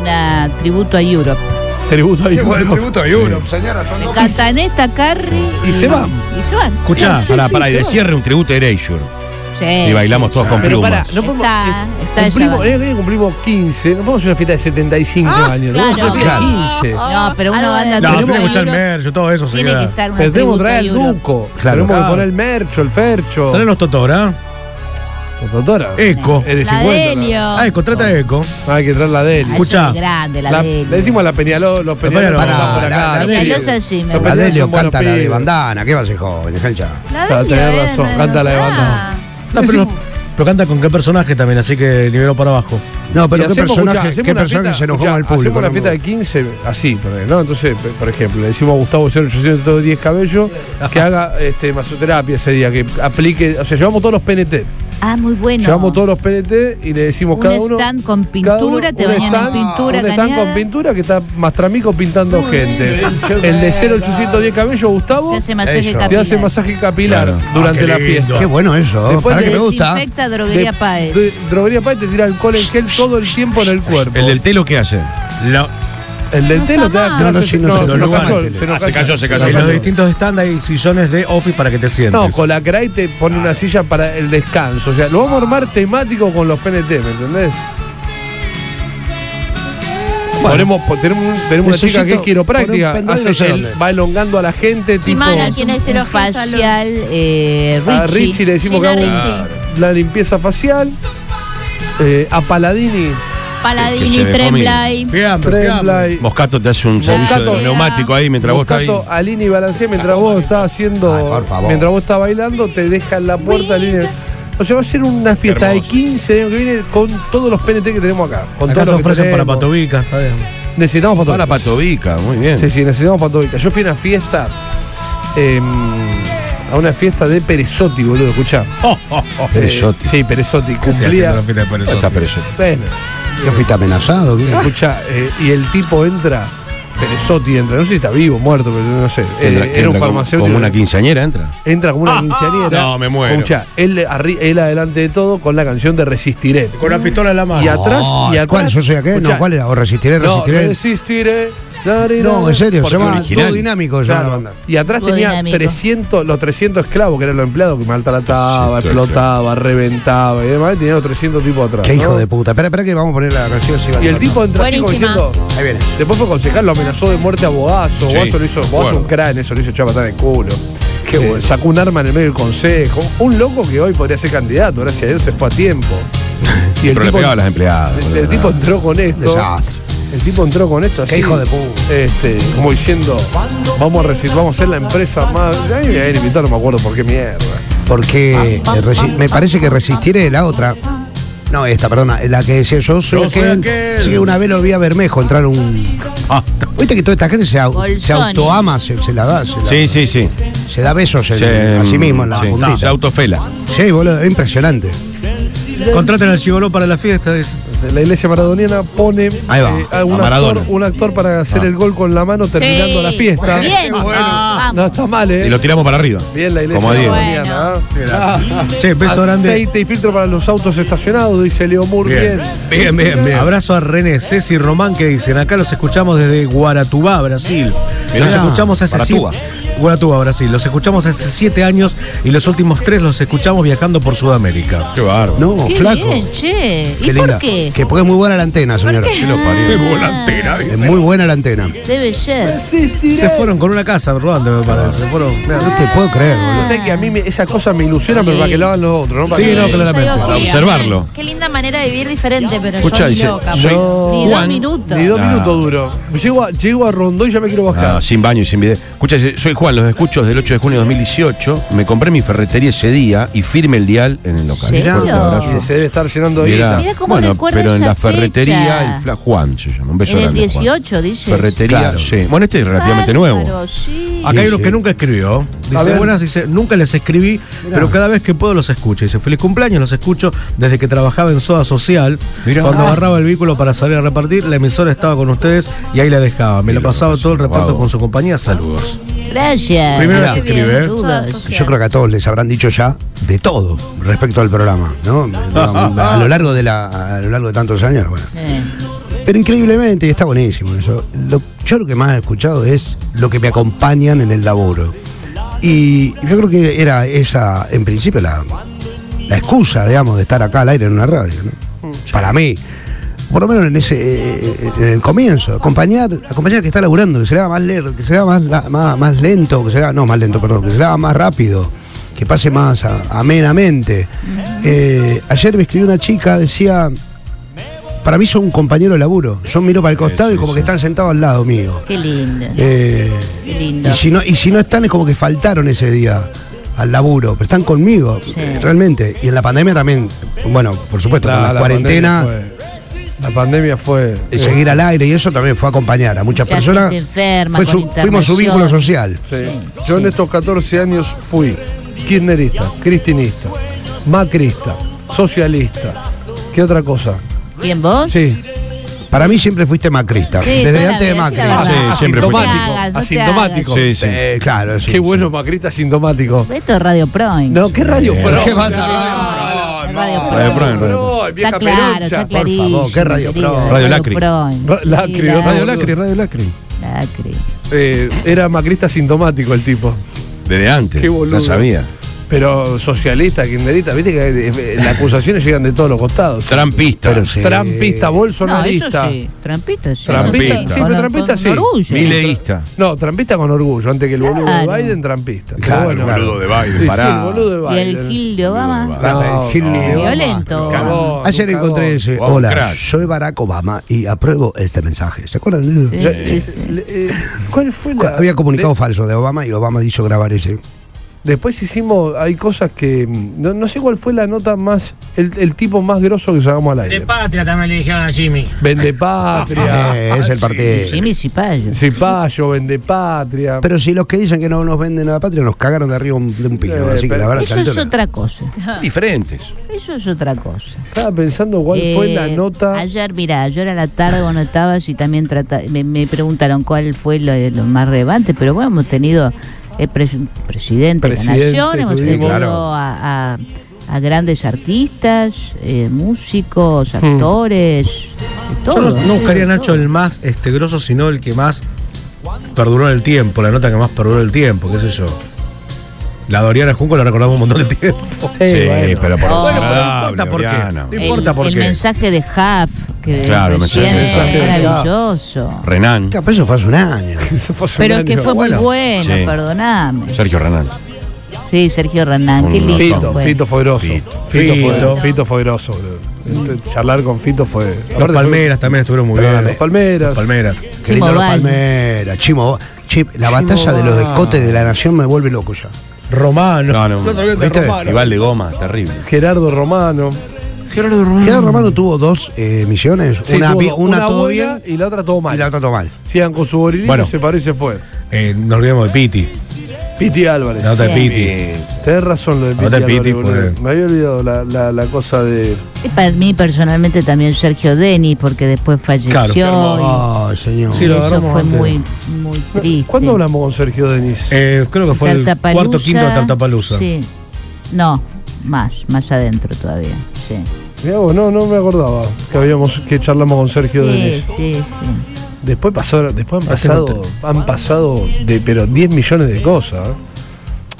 S5: Una tributo a Europe.
S4: a- tributo ahí.
S7: Igual el tributo de uno, señora. Son dos.
S5: Castaneta, Carri.
S4: Y se van.
S5: Y se van.
S6: Escuchá,
S5: Sí, sí,
S6: pará,
S5: sí,
S6: pará, y
S5: se
S6: de
S5: van.
S6: cierre un tributo a Erasure.
S5: Sí.
S6: Y bailamos todos con
S4: Pero
S6: plumas.
S4: pará, no podemos-
S5: Está, está
S4: Cumplimos, el
S5: llevando.
S4: año que viene cumplimos 15, nos vamos a una fiesta de 75 años. nos vamos a una fiesta de 15.
S5: No, pero una banda
S8: No, tiene
S5: tributo
S8: que escuchar el
S5: duro
S8: merch, todo eso.
S5: Tiene que estar una
S4: Pero tenemos que traer el
S5: tributo duro.
S4: duco.
S8: Claro.
S4: tenemos que
S8: Claro.
S4: poner el mercho, el fercho.
S8: Trae los Totora.
S4: La Totora.
S8: Eco.
S4: Es de
S2: La
S4: 50.
S2: Delio.
S4: ¿no?
S8: Ah, Eco, trata de Eco.
S4: Ah, hay que traer la Delio.
S8: Escucha.
S5: Grande, la,
S4: La-
S5: de
S4: le decimos a la Peñaló, los Peñaló.
S7: Pará, la- la Delio.
S5: Peñalosa sí, me
S4: Los
S5: gusta.
S4: Peñaló
S7: Adelio
S4: son buenos
S7: canta la de
S4: pibes.
S7: bandana, ¿qué va a ser joven? Deja
S2: La
S4: Claro,
S2: Delio,
S4: Ah, tenés
S2: eh,
S4: razón,
S2: no,
S4: canta la de
S2: no,
S4: banda.
S5: Ah.
S8: No, pero, pero canta con qué personaje también, así que niveló para abajo.
S7: No,
S4: Y
S7: pero qué
S4: hacemos, escuchá,
S7: personaje,
S4: hacemos
S7: qué
S4: una
S7: personaje
S4: fiesta-
S7: se enojó
S4: escuchá,
S7: al público.
S4: Hacemos una fiesta de 15, así, ponele, ¿no? Entonces, pe- por ejemplo, le decimos a Gustavo 0810 Cabello que haga este, masoterapia ese día, que aplique, o sea, llevamos todos los PNT.
S5: Ah, muy bueno.
S4: Llevamos todos los PNT y le decimos
S5: Un
S4: cada uno.
S5: stand con
S4: cada uno
S5: pintura, te
S4: un
S5: bañan en
S4: stand-
S5: pintura,
S4: Un stand con
S5: cañada,
S4: pintura que está Mastramico pintando gente. El de 0810 Cabello, Gustavo,
S5: te hace masaje
S7: Eso.
S5: capilar.
S4: te hace masaje capilar
S6: Claro.
S4: durante
S8: Ah, qué
S4: la
S8: lindo.
S4: fiesta.
S7: Qué bueno eso,
S4: Después
S7: para
S5: Te
S7: que me gusta.
S5: desinfecta droguería
S4: De-
S5: Paez.
S4: de- droguería Paez te tira alcohol en gel todo el tiempo en el cuerpo.
S6: ¿El del telo qué hace? La-
S4: El del té no te da
S7: No, no, sí, no,
S4: no,
S7: se-
S4: se
S7: no,
S4: nos
S7: no,
S4: cayó,
S7: no,
S4: se nos
S6: Ah, se cayó, se cayó.
S8: En los
S6: Claro.
S8: distintos stand hay sillones de office para que te sientes.
S4: No, Colacray te pone una silla para el descanso. O sea, lo vamos a armar temático con los PNT, ¿me entendés? Ponemos- po- tenemos un- tenemos una
S7: Necesito
S4: chica que es quiropráctica,
S7: poner un
S4: hace
S7: pendrive, no sé
S4: el-
S7: dónde.
S4: va elongando a la gente, tipo.
S2: Mala, ¿quién es el
S5: Un facial eh, Richie.
S4: A Richie le decimos que
S2: Gina
S4: haga un- la limpieza facial. Eh, a Paladini,
S6: Que
S2: Paladini,
S6: se
S2: Tremblay.
S4: Tremblay,
S6: Moscato te hace un
S2: Moscato-
S6: servicio de neumático ahí mientras vos
S4: Buscato,
S6: estás ahí.
S4: Alini Balancé, mientras vos estás haciendo.
S7: Ay, por favor.
S4: Mientras vos estás bailando, te deja en la puerta Alini. O sea, va a ser una fiesta de
S6: Hermoso.
S4: 15 años que viene con todos los PNT que tenemos acá. Con
S8: Acá se
S4: todos los que
S8: ofrecen para
S4: tenemos.
S8: Patovica. está bien.
S4: Necesitamos patovica.
S6: Para Patovica, muy bien.
S4: Sí, sí, necesitamos patovica. Yo fui a una fiesta. em, a una fiesta de Perezotti, boludo, escuchá.
S6: Oh, oh, oh.
S4: Eh,
S6: Perezotti.
S4: sí, Perezotti.
S8: Se hace la
S4: Cumplía.
S8: fiesta de
S6: ¿Dónde
S8: Perezotti.
S6: está Perezotti?
S4: Bueno,
S7: ¿Qué fuiste amenazado? ¿Qué?
S4: escuchá, eh, y el tipo entra. Perezotti entra, no sé si está vivo, muerto, pero no sé. Eh,
S6: Entra-
S4: era
S6: entra
S4: un
S6: como-
S4: farmacéutico.
S6: Como una quinceañera entra.
S4: Entra como
S7: Ah,
S4: una quinceañera.
S6: no, me muero.
S4: Escuchá, él, arri- él adelante de todo con la canción de Resistiré.
S8: Con una pistola en la mano.
S4: Y atrás, y atrás.
S7: ¿Cuál? ¿Yo soy aquel? No,
S4: Escuchá,
S7: ¿cuál era? ¿O resistiré,
S4: No,
S7: resistiré?
S4: resistiré. na, ni, na,
S7: No, en serio, se
S4: porque
S7: llama
S6: original.
S7: Todo Dinámico. se llama
S4: Claro.
S7: la banda.
S4: Y atrás
S2: Todo
S4: tenía
S2: dinámico.
S4: 300, los 300 esclavos, que eran los empleados que maltrataba,
S6: 300
S4: explotaba, reventaba y demás. y tenía los 300 tipos atrás.
S7: Qué
S4: ¿no?
S7: hijo de puta. Espera, espera que vamos a poner la canción. si va
S4: Y el
S7: a-
S4: tipo entra así como
S2: Buenísima.
S4: diciendo.
S7: Ahí viene.
S4: Después fue concejal, lo amenazó de muerte a Boazo.
S6: Sí,
S4: Boazo lo hizo, Boazo
S6: acuerdo.
S4: un cráneo, eso lo hizo echar a matar en el culo. Eh,
S7: Qué bueno.
S4: Sacó un arma en el medio del consejo. Un loco que hoy podría ser candidato, gracias a Dios se fue a tiempo.
S8: Ah.
S4: Y
S6: Pero le pegaba a las empleadas.
S4: el-
S6: boludo,
S4: el
S6: nada.
S4: tipo entró con esto.
S7: Desastre.
S4: El tipo entró con esto así.
S7: Qué hijo de puta.
S4: Este, como diciendo, vamos a recibir, vamos a ser la empresa más. Ay, me habían invitado, no me acuerdo por qué mierda.
S7: Porque eh, resi- me parece que resistiré la otra. No, esta, perdona, la que decía yo soy
S8: Yo soy
S7: aquel.
S8: aquel.
S7: Sí, una vez lo vi a Bermejo entrar un.
S6: Ah,
S7: Viste que toda esta gente se, au-
S5: Bolsoni.
S7: se autoama, se, se la da, se, la-
S6: Sí, sí, sí.
S7: se da besos en-
S6: Se-
S7: a sí mismo en la
S6: sí.
S7: puntita.
S6: Se autofela.
S7: Sí, boludo, es impresionante.
S8: Contraten al Chigoló para la fiesta. dice.
S4: Entonces, La iglesia maradoniana pone
S7: Ahí va,
S4: a un,
S6: a Maradona.
S4: actor, un actor para hacer el gol con la mano terminando
S2: Sí.
S4: la fiesta.
S2: Bien.
S4: Ah,
S2: Vamos.
S4: no está mal,
S6: Y
S4: eh.
S6: lo tiramos para arriba.
S4: Bien la iglesia
S6: Como a Diego.
S4: maradoniana.
S8: Che,
S4: ¿eh?
S8: beso grande.
S4: Aceite y filtro para los autos estacionados, dice Leo Moore. Bien.
S6: Bien, bien, bien.
S8: Abrazo a René, Ceci y Román que dicen, acá los escuchamos desde Guaratubá, Brasil.
S6: Mirá.
S8: los escuchamos hace
S6: Guaratuba.
S8: siete- Guaratubá, Brasil. Los escuchamos hace siete años y los últimos tres los escuchamos viajando por Sudamérica.
S6: Qué bárbaro.
S7: No,
S5: Qué
S7: flaco.
S5: bien, che. ¿Y
S7: Qué
S5: por
S7: linda. Ah.
S5: qué?
S7: Que porque es muy buena la antena, señora.
S5: qué?
S7: Que lo-
S6: Qué volantera.
S7: Es muy buena la antena.
S5: Debe ser.
S8: Se fueron con una casa rodando, me parece. Se fueron.
S4: Mirá,
S7: No te puedo creer, boludo.
S4: Yo sé que a mí me- esa cosa me ilusiona, pero
S5: Sí.
S4: para que lo hagan los otros, ¿no? Para
S8: Sí,
S4: que-
S8: no,
S2: Yo
S8: claramente.
S2: digo,
S6: Para
S2: sí,
S6: observarlo.
S2: Qué linda manera de vivir diferente, pero
S6: Escuchá,
S2: yo ni
S6: dice,
S2: loca.
S6: soy
S2: pues. Ni dos
S6: Juan.
S2: minutos.
S4: Ni dos
S6: No.
S4: minutos duro. Llego a, llego a Rondó y ya me quiero bajar.
S6: Ah, sin baño y sin video. Escucha, dice, soy Juan, los escucho desde el 8 de junio de 2018. Me compré mi ferretería ese día y firme el dial en el local.
S5: ¿En
S6: Fuerte
S5: serio?
S6: abrazo.
S4: Y se debe estar llenando de
S6: Ah. Mirá.
S4: guita.
S5: Mirá cómo
S6: bueno,
S5: recuerda
S6: pero en
S5: esa
S6: la ferretería,
S5: fecha.
S6: el Fla Juan se llama. Un beso
S5: En el
S6: grande, Juan.
S5: 18, dice.
S6: Ferretería,
S7: Claro.
S6: sí. Bueno, este es relativamente nuevo.
S5: Bárbaro, sí.
S8: Acá hay
S7: Sí,
S8: uno
S7: sí.
S8: que nunca escribió.
S4: A
S8: Dice,
S4: ver.
S8: buenas, dice, nunca les escribí, pero cada vez que puedo los escucho. Dice, feliz cumpleaños, los escucho desde que trabajaba en Soda Social.
S6: Mirá.
S8: Cuando
S6: Ah.
S8: agarraba el vehículo para salir a repartir, la emisora estaba con ustedes y ahí la dejaba. Me
S6: Y
S8: la
S6: lo
S8: pasaba todo el
S6: pasaba.
S8: reparto con su compañía. Saludos.
S5: Gracias.
S8: Primero
S5: Qué
S8: la
S5: bien,
S8: escribe, ¿eh?
S5: dudas.
S7: Yo creo que a todos les habrán dicho ya de todo respecto al programa, ¿no? A lo largo de la, a lo largo de tantos años, bueno.
S5: Eh.
S7: Pero increíblemente, y está buenísimo eso, lo- yo lo que más he escuchado es lo que me acompañan en el laburo. Y yo creo que era esa, en principio, la, la excusa, digamos, de estar acá al aire en una radio. ¿no? Para mí, por lo menos en ese eh, en el comienzo, acompañar, acompañar que está laburando, que se le haga más lento, que se le haga más, la- más, más lento, que se le haga, no más lento, perdón, que se le haga más rápido, que pase más a- amenamente. Eh, ayer me escribió una chica, decía, para mí son un compañero de laburo, yo miro para el costado y como que están sentados al lado mío.
S5: Qué lindo.
S7: Eh,
S5: Qué lindo.
S7: y si, no, y si no están es como que faltaron ese día al laburo, pero están conmigo, eh, realmente. Y en la pandemia también, bueno, por supuesto,
S4: La-
S7: con la,
S4: la
S7: cuarentena,
S4: pandemia fue- la pandemia fue.
S7: el seguir al aire y eso también fue acompañar a muchas
S4: Mucha
S7: personas.
S4: gente enferma,
S7: Fue
S4: con
S7: su- fuimos su
S4: internación.
S7: vínculo social.
S4: Yo en estos 14 años fui kirchnerista, cristinista, macrista, socialista. ¿Qué otra cosa?
S5: ¿Quién vos?
S4: Sí.
S7: Para mí siempre fuiste macrista.
S5: Sí, yo
S7: Desde
S5: también,
S7: antes de
S5: sí, la
S7: Macri.
S5: verdad.
S4: Ah, sí, siempre fuiste. Asintomático.
S7: Sí, sí. Eh, claro,
S4: Qué bueno Macrista asintomático.
S5: Esto es Radio Proin.
S4: No, qué radio
S7: Eh,
S4: pro.
S5: Qué
S4: Radio
S6: Radio Pro, Radio Pro.
S5: Está claro, está clarísimo.
S4: Por favor, qué Radio
S5: querido.
S4: Pro.
S6: Radio Lacri.
S5: Proin.
S4: Ra- Lacri,
S5: Sí,
S4: Radio Lacri, Radio Lacri.
S5: Lacri.
S4: Eh, era macrista asintomático el tipo.
S6: Desde antes.
S4: Qué boludo.
S6: Ya sabía.
S4: Pero socialista, kirchnerista, viste que eh, las acusaciones llegan de todos los costados.
S6: Trampista.
S4: Trampista, bolsonarista.
S5: No, eso sí. Trampista, sí.
S4: Trampista.
S5: Eso sí,
S4: Sí,
S5: con-
S4: pero trampista
S5: con
S4: sí.
S5: orgullo.
S6: Mileísta.
S4: No, trampista con orgullo. Antes que el boludo
S5: Claro.
S4: de Biden, trampista. Pero
S6: Claro,
S4: bueno,
S6: el boludo de Biden,
S4: Sí, sí,
S6: pará.
S4: el boludo de
S5: Y
S4: Biden.
S5: el Gil de Obama. eh,
S4: No,
S7: Ah, eh, Gil
S4: no.
S7: de Obama.
S5: Violento.
S4: Cagón,
S7: Ayer
S4: un cagón.
S7: encontré ese.
S6: Wow,
S7: Hola,
S6: crack.
S7: soy Barack Obama y apruebo este mensaje. ¿Se acuerdan de eso?
S5: Sí,
S7: Ya-
S5: sí, sí.
S4: Le- eh, ¿Cuál fue
S7: cu-
S4: la.?
S7: Había comunicado falso de Obama y Obama hizo grabar ese.
S4: de- después hicimos. Hay cosas que. mm, No, no sé cuál fue la nota más. El, el tipo más grosso que sacamos al aire.
S14: patria también le dijeron a Jimmy.
S4: Vende patria.
S7: Eh, es el partido.
S5: Jimmy Cipallo.
S4: Cipayo, vende patria.
S7: Pero si los que dicen que no nos venden a la patria nos cagaron de arriba un- de un pino.
S4: Eh,
S7: así que
S4: pero-
S7: la verdad,
S5: Eso es
S7: saltó la-
S5: otra cosa.
S6: Diferentes.
S5: Eso es otra cosa.
S4: Estaba pensando cuál fue la
S5: Eh,
S4: nota.
S5: Ayer, mira, ayer a la tarde cuando estabas y también trata- me, me preguntaron cuál fue lo, lo más relevante, pero bueno, hemos tenido eh, pres- presidente,
S4: Presidente
S5: de la nación, hemos
S4: tuvimos.
S5: tenido
S4: Claro.
S5: a, a- a grandes artistas, eh, músicos,
S4: Hmm.
S5: actores, de
S8: Yo no,
S5: todo.
S8: no buscaría
S5: de
S8: Nacho
S5: todo.
S8: el más este, grosso, sino el que más perduró en el tiempo, la nota que más perduró en el tiempo, qué sé yo. La Doriana Junco la recordamos un montón de tiempo.
S6: Sí, pero por
S5: Oh.
S6: eso
S5: Bueno,
S8: pero no importa por qué. No importa
S5: el,
S8: por
S5: el
S8: qué.
S5: mensaje de Huff, que
S6: Claro, el
S5: recién
S6: mensaje
S4: de
S5: es
S4: Huff.
S5: maravilloso.
S6: Renan.
S7: Capaz eso fue hace un año.
S4: Eso fue hace un
S5: Pero que
S4: año.
S5: fue muy
S4: Bueno,
S5: bueno,
S6: Sí.
S5: perdoname.
S6: Sergio Renan.
S5: Sí, Sergio Renán, qué
S6: Un
S5: lindo.
S4: Fito,
S5: fue.
S4: Fito fue grosso.
S6: Fito.
S4: Fito, fue
S8: Fito.
S4: grosso. Fito fue grosso, boludo. Este, charlar con Fito fue.
S8: Los
S4: Aparte
S8: Palmeras también estuvieron muy
S4: fue-
S8: bien.
S4: Los Palmeras.
S8: Los Palmeras.
S7: Qué
S5: Chimo
S7: lindo los
S5: Valls.
S7: palmeras, Chimo. Che, la batalla de los escotes de la nación me vuelve loco ya.
S8: Romano.
S6: No, no.
S8: sabía que
S7: ¿Viste?
S8: era Romano.
S6: Rival de goma, terrible.
S4: Gerardo Romano.
S7: Gerardo Romano. tuvo dos eh, misiones.
S4: Sí,
S7: una,
S4: tuvo
S7: bi-
S4: dos,
S7: una todo
S4: buena
S7: bien
S4: y la otra todo mal.
S7: y la otra todo mal.
S4: Sigan con su boliviano,
S8: Bueno.
S4: se paró y se fue.
S8: Eh, no olvidemos de Piti.
S4: Piti Álvarez.
S8: La nota de
S5: Sí.
S8: Piti.
S4: Tenés razón lo de Piti
S8: Ahora
S4: Álvarez,
S8: Piti
S4: boludo.
S8: fue-
S4: Me había olvidado la, la- la cosa de.
S5: Y para mí personalmente también Sergio Denis, porque después falleció.
S8: Claro. Qué
S5: y-
S7: Ay, señor.
S5: y
S8: Sí, lo
S5: eso
S8: agarramos
S5: fue
S8: antes.
S5: muy, muy triste.
S4: ¿Cuándo hablamos con Sergio Denis?
S8: Eh, creo que fue el
S5: Tartapalusa,
S8: cuarto quinto de Tartapalusa.
S5: Sí. No, más, más adentro todavía. Sí,
S4: Mirá vos, no, no me acordaba que habíamos, que charlamos con Sergio
S5: sí,
S4: Denis.
S5: sí. sí.
S4: Después pasó, después han pasado, han pasado de pero 10 millones de cosas. ¿eh?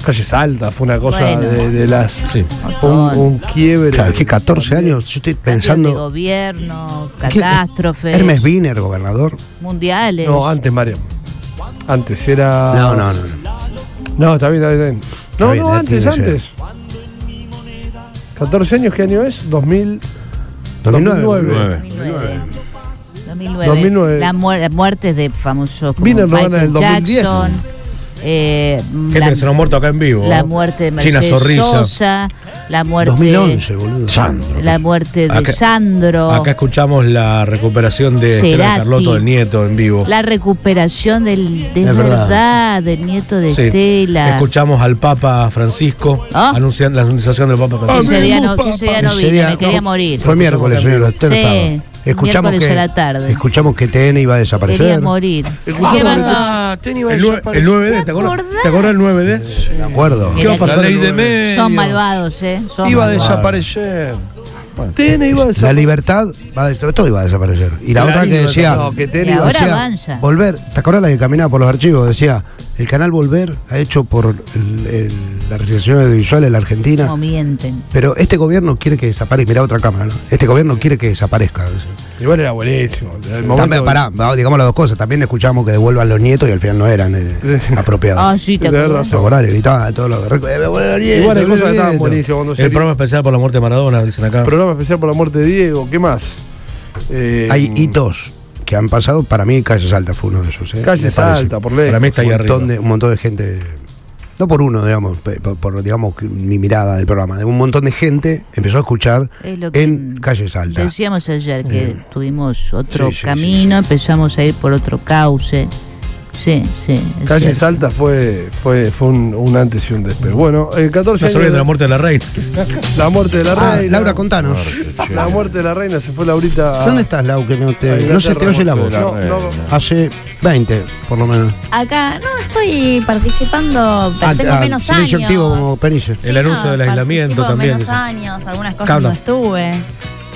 S4: Calle Salta fue una cosa
S5: Bueno.
S4: de, de las
S8: Sí.
S4: un, un quiebre.
S7: Claro, que 14 años, yo estoy
S5: Cambios de
S7: pensando.
S5: gobierno,
S7: ¿Qué?
S5: catástrofes,
S7: Hermes Wiener, gobernador.
S5: mundiales.
S4: No, antes Mario. Antes era.
S7: No, no, no. no.
S4: No, está bien, está bien. está bien.
S7: bien,
S4: No, no,
S7: eh,
S4: antes,
S7: tiene que
S4: antes. 14 años, ¿qué año es? 2000.
S7: 2009.
S4: 2009.
S5: 2009. 2009.
S4: 2009.
S5: La muer- las muertes de famosos como
S4: Vino el
S5: Michael
S4: Rodana del 2010.
S5: Jackson. eh,
S8: Gente
S5: la-
S8: que se nos ha muerto acá en vivo.
S5: La muerte de
S8: China
S5: Mercedes
S8: Zorrilla.
S5: Sosa, la muerte
S7: 2011, boludo.
S5: la muerte de
S8: Acá-
S5: Sandro,
S8: Acá escuchamos la recuperación de Estela
S5: Cerati.
S8: de Carlotto, del nieto, en vivo.
S5: la recuperación del de
S7: Es verdad.
S5: verdad. del nieto de
S8: Sí.
S5: Estela.
S8: Escuchamos al Papa Francisco
S5: Ah.
S8: anunciando la anunciación del Papa
S5: Que
S8: Francisco.
S5: ese día no, que ese día no
S7: Ese
S5: vine,
S7: día-
S5: me quería
S7: no,
S5: morir.
S7: Fue miércoles, señor. usted no
S5: Sí,
S7: estaba. Escuchamos
S5: miércoles
S7: que,
S5: a la tarde.
S7: Escuchamos que TN iba a
S5: Quería
S7: desaparecer.
S5: morir. ¿Qué pasó?
S8: El, nue- el 9D, ¿te acuerdas? ¿Te acuerdas el 9D?
S7: De acuerdo.
S8: ¿Qué va a pasar
S6: La ley
S8: el
S6: de
S8: 9D?
S6: medios.
S5: Son malvados, ¿eh? Son
S6: Iba a
S5: malvados.
S6: desaparecer.
S4: Tene iba a
S7: La
S4: ser-
S7: libertad, va a des- todo iba a desaparecer. Y la,
S8: La
S7: otra que
S8: libertad,
S7: decía,
S4: no, que
S5: Y
S4: Tene iba a
S5: ahora
S7: decía,
S5: avanza.
S7: volver, ¿te acordás la que caminaba por los archivos? Decía, el canal Volver ha hecho por el, el- la realización audiovisual en la Argentina.
S5: Como mienten.
S7: Pero este gobierno quiere que desaparezca. Mirá otra cámara, ¿no? Este gobierno quiere que desaparezca.
S4: Igual era buenísimo. El
S7: También, pará, digamos las dos cosas. También escuchamos que devuelvan los nietos y al final no eran eh, apropiados.
S5: Ah, sí, te acuerdas.
S7: Los horarios gritaban todo lo eh,
S4: Igual hay cosas que estaban buenísimas. cuando
S8: El programa especial por la muerte de Maradona, dicen acá.
S4: Programa especial por la muerte de Diego, ¿qué más?
S7: Eh, hay hitos que han pasado. Para mí, Calle Salta fue uno de esos. ¿eh?
S4: Calle
S7: Me
S4: Salta,
S7: parece.
S4: por ley.
S8: Para mí está ahí
S7: un montón,
S8: arriba.
S7: de, un montón de gente. No por uno, digamos, pe- por, por, digamos que mi mirada del programa. de Un montón de gente empezó a escuchar
S5: Es lo que
S7: en Calle Salta.
S5: Decíamos ayer que tuvimos otro
S7: Sí, sí, sí,
S5: camino, empezamos a ir por otro cauce. Sí, sí. es
S4: Calle
S5: cierto.
S4: Salta fue, fue, fue un, un antes y un después. Bueno, el 14
S8: No se olviden
S4: años
S8: de la muerte de la reina.
S4: la muerte de la
S7: Ah,
S4: reina.
S7: Laura, contanos.
S4: La muerte de la reina se fue Laurita. a-
S7: ¿Dónde estás, Lau? Que no, te-
S4: a
S7: no se te
S4: Inglaterra,
S7: oye la voz.
S4: muerte de la reina.
S7: Hace 20, por lo menos.
S2: Acá, no, estoy participando, pero
S7: Ah,
S2: tengo
S7: ah,
S2: menos años. Ah,
S7: silencio activo como Peniche.
S8: El anuncio del
S2: Participo
S8: aislamiento también.
S2: menos
S8: dicen.
S2: años, algunas cosas
S8: Cabla.
S2: no estuve.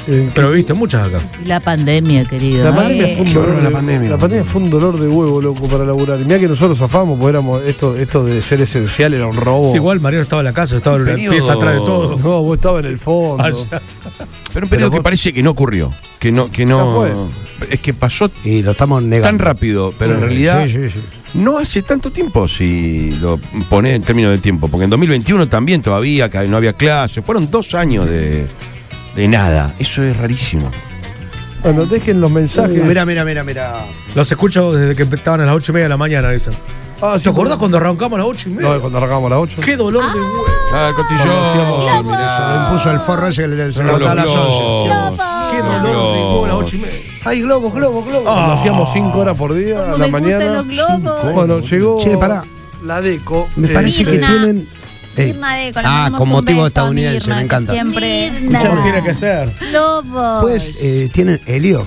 S4: Eh,
S8: Pero viste, muchas acá.
S5: Y La pandemia, querido.
S4: La
S5: ¿eh?
S4: pandemia, fue un
S7: Qué
S4: dolor
S7: horror la
S4: de,
S7: pandemia.
S4: la pandemia fue un dolor de huevo, loco, para laburar. Y Mirá que nosotros zafamos, porque éramos, esto, esto de ser esencial era un robo.
S7: Oh.
S8: Sí, igual Mariano estaba en la casa, estaba en la
S6: Periodo.
S8: pieza atrás de todo.
S4: No, vos estabas en el fondo.
S7: Ah,
S8: Allá.
S6: Pero un periodo que parece que no ocurrió. Que no, que no. Es que pasó
S7: Y lo estamos
S6: tan
S7: negando.
S6: rápido, pero en realidad.
S7: Sí, sí, sí.
S6: No hace tanto tiempo si lo pone en términos de tiempo, porque en 2021 también todavía ca- no había clase, fueron dos años de, de nada, eso es rarísimo.
S4: Bueno, dejen los mensajes.
S7: Mira, mira, mira, mira.
S8: Los escucho desde que estaban a las 8 y media de la mañana, dicen.
S4: Ah, sí,
S8: ¿Te acordás cuando arrancamos a las 8 y media?
S4: No, cuando arrancamos a las 8.
S8: ¡Qué dolor de huevo!
S6: Ah, el
S7: Cuando Lo impuso el forro ese que le- se lo mataba a las 11.
S8: ¡Qué dolor de huevo a las 8 y media!
S7: ¡Ay, globos, globos, globos!
S4: Cuando hacíamos 5 horas por día a la
S2: me gustan
S4: mañana.
S2: los globos.
S4: Cinco. Bueno, llegó eh,
S7: Che, pará.
S4: la deco.
S7: Me
S4: eh,
S7: parece que
S2: Mirna.
S7: tienen. Ey.
S2: Irma de con
S7: ah, con motivo estadounidense, me encanta.
S2: Siempre.
S8: ¿Cómo tiene que ser?
S2: Lobo.
S7: Pues eh, tienen helio.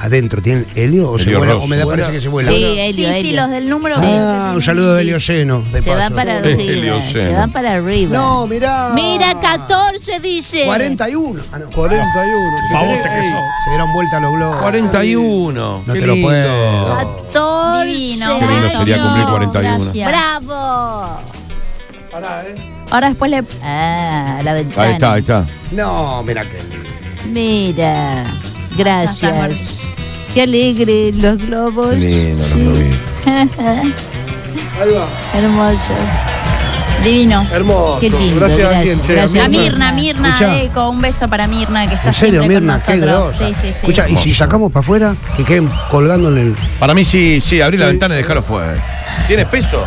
S7: Adentro, ¿tienen helio? ¿O, se
S6: Helio
S7: vuela,
S6: Rosso.
S7: o me da parece que se vuela?
S5: Sí,
S2: sí,
S5: Helio,
S2: sí,
S5: Helio.
S2: los del número.
S7: Ah,
S2: que-
S7: un saludo de Helio Lleno. de
S5: Se van
S7: paso.
S5: para
S6: Eh,
S5: arriba.
S6: Helioceno.
S5: Se van para arriba.
S7: No, mirá.
S5: Mira, 14 dice.
S7: 41. Ah, no.
S4: 41. sí.
S8: Pavote que sos.
S7: Se dieron vuelta los globos.
S6: 41.
S7: No
S6: qué
S7: te lo
S6: lindo.
S7: puedo.
S5: 14.
S2: Divino.
S6: Qué lindo sería
S2: Bueno,
S6: cumplir 41.
S2: gracias.
S5: Bravo.
S2: eh. Ahora después le.
S5: Ah, la ventana.
S6: Ahí está, ahí está.
S7: No, mira que.
S5: Mira.
S2: Ya está,
S5: Gracias.
S2: Martín.
S5: Qué alegre los globos.
S6: Qué lindo, los globos.
S5: Hermoso.
S2: Divino.
S4: Hermoso.
S5: Qué lindo,
S4: gracias, a
S5: gracias.
S4: quién, che.
S5: Gracias.
S2: A Mirna, Mirna,
S7: Escuchá.
S2: Eco, un beso para Mirna que está
S7: En serio,
S2: siempre
S7: Mirna,
S2: con
S7: qué
S2: nosotros.
S7: grosa.
S2: Sí, sí, sí.
S7: Escucha, y si sacamos para afuera, que queden colgando en el.
S6: Para mí sí, sí, abrí la ventana y dejarlo fuera. ¿Tienes peso?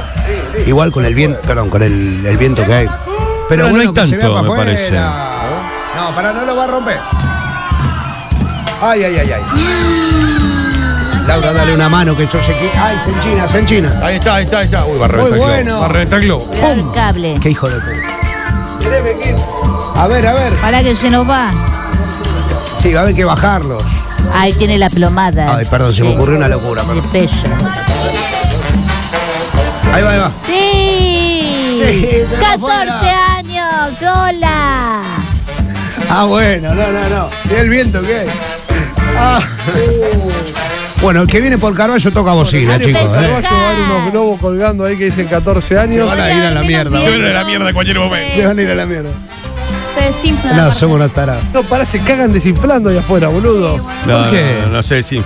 S7: Igual con el viento, perdón, con el, el viento que hay. Pero
S6: Ahora no
S7: bueno,
S6: hay
S7: que se vea
S6: tanto,
S7: pa'
S6: me
S7: afuera.
S6: parece.
S7: No, para no lo va a romper. Ay, ay, ay, ay. Laura, dale una mano que eso se qui- Ay, se enchina, se enchina.
S6: Ahí está, ahí está, ahí está. Uy, va a
S7: Muy
S6: reventar el globo.
S7: bueno.
S6: Va a reventar el globo.
S5: Cuidado el cable.
S7: Qué hijo de puta. A ver, a ver.
S5: Para que se nos va.
S7: Sí, va a haber que bajarlo.
S5: Ahí tiene la plomada.
S7: Ay, perdón, se me
S5: Ah, Sí.
S7: ocurrió una locura.
S5: De
S7: perdón.
S5: peso.
S7: Ahí va, ahí va.
S5: Sí.
S7: Sí, se nos
S5: 14
S7: fuera.
S5: años. Hola.
S7: Ah, bueno, no, no, no. ¿Y el viento qué? Ah. Bueno, el que viene por Carballo toca bocina, chicos.
S4: Te
S7: ¿eh?
S4: va a llevar unos globos colgando ahí que dicen 14
S7: Se
S4: años.
S7: van a ir a la mierda.
S6: Se van a la mierda en cualquier momento.
S7: Se van a ir a la mierda.
S2: Se desinfla la
S7: No,
S2: parte.
S7: somos unos tarados.
S4: No, pará, se cagan desinflando ahí afuera, boludo.
S6: No,
S7: ¿Por qué?
S6: no, no, no sé, sí.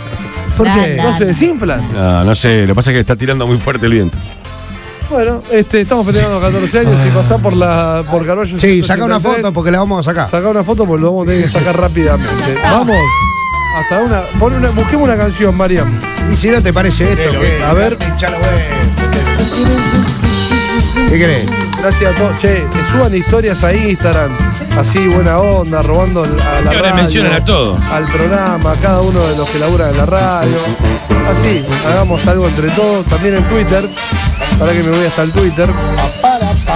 S7: ¿Por
S5: No,
S7: qué?
S4: No se desinflan.
S6: No, no sé, lo que pasa es que está tirando muy fuerte el viento.
S4: Bueno, este, estamos festejando 14 años. Si pasás por la por Carballo.
S7: Sí, saca una foto
S4: 183,
S7: porque la vamos a sacar.
S4: Saca una foto porque lo vamos a tener que sacar rápidamente. Vamos. Hasta una, pon una. Busquemos una canción, Mariam.
S7: Y si no te parece esto, ¿qué?
S4: A ver.
S7: Hinchalo, güey. ¿Qué crees?
S4: Gracias a todos. Che, que suban historias a Instagram. Así, buena onda, robando al- a la
S6: Y ahora
S4: radio.
S6: mencionan a todos.
S4: Al programa, a cada uno de los que laburan en la radio. Así, hagamos algo entre todos. También en Twitter. Para que me voy hasta el Twitter.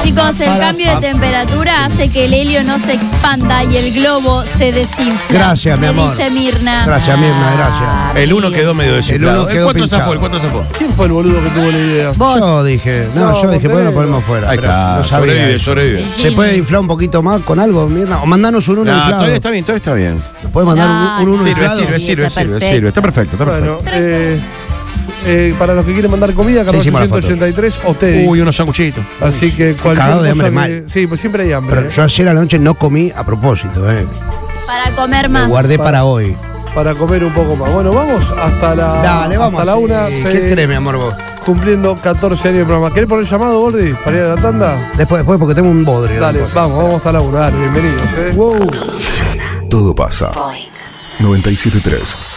S2: Chicos, el cambio de temperatura hace que el helio no se expanda y el globo se desinfla.
S7: Gracias, mi
S2: Me
S7: amor.
S2: Dice Mirna.
S7: Gracias, Mirna,
S5: Ah,
S7: gracias.
S6: El uno quedó medio desinflado.
S7: uno quedó
S6: el cuatro
S7: pinchado.
S6: zafó, el cuatro zafó.
S4: ¿Quién fue el boludo que tuvo la idea?
S7: Yo dije, no,
S4: No,
S7: yo dije, ¿por qué
S4: Montenegro.
S7: lo ponemos fuera?
S6: Ahí
S7: Pero
S6: está,
S7: no sabía.
S6: sobrevive, sobrevive.
S7: ¿Se puede inflar un poquito más con algo, Mirna? O mandanos un uno
S6: No,
S7: inflado.
S6: todavía está bien, todavía está bien.
S7: ¿Puedes mandar
S5: No,
S7: un, un uno
S5: no,
S6: Sirve,
S7: inflado?
S6: sirve,
S5: Sí,
S6: sirve,
S5: está
S6: sirve,
S5: perfecto.
S6: sirve. Está perfecto, está perfecto.
S4: Bueno, eh, eh, para los que quieren mandar comida, Carlos
S7: hicimos la foto.
S4: 183, ustedes.
S7: Uy, unos sanguchitos.
S4: Así que cualquier
S7: Cagado de hambre
S4: cosa
S7: mal.
S4: que- Sí, pues siempre hay hambre.
S7: Pero
S4: eh.
S7: yo ayer a la noche no comí a propósito, ¿eh?
S2: Para comer
S7: Me
S2: más.
S7: guardé para hoy.
S4: Para comer un poco más. Bueno, vamos hasta la.
S7: Dale, vamos.
S4: Hasta la una.
S7: Sí,
S4: se-
S7: ¿Qué crees, mi amor, vos?
S4: Cumpliendo 14 años de programa. ¿Querés poner llamado, Gordi? Para ir a la tanda.
S7: Después, después, porque tengo un bodrio.
S4: Dale, vamos, vamos hasta la una. Dale, bienvenidos. eh.
S1: Todo pasa. 973.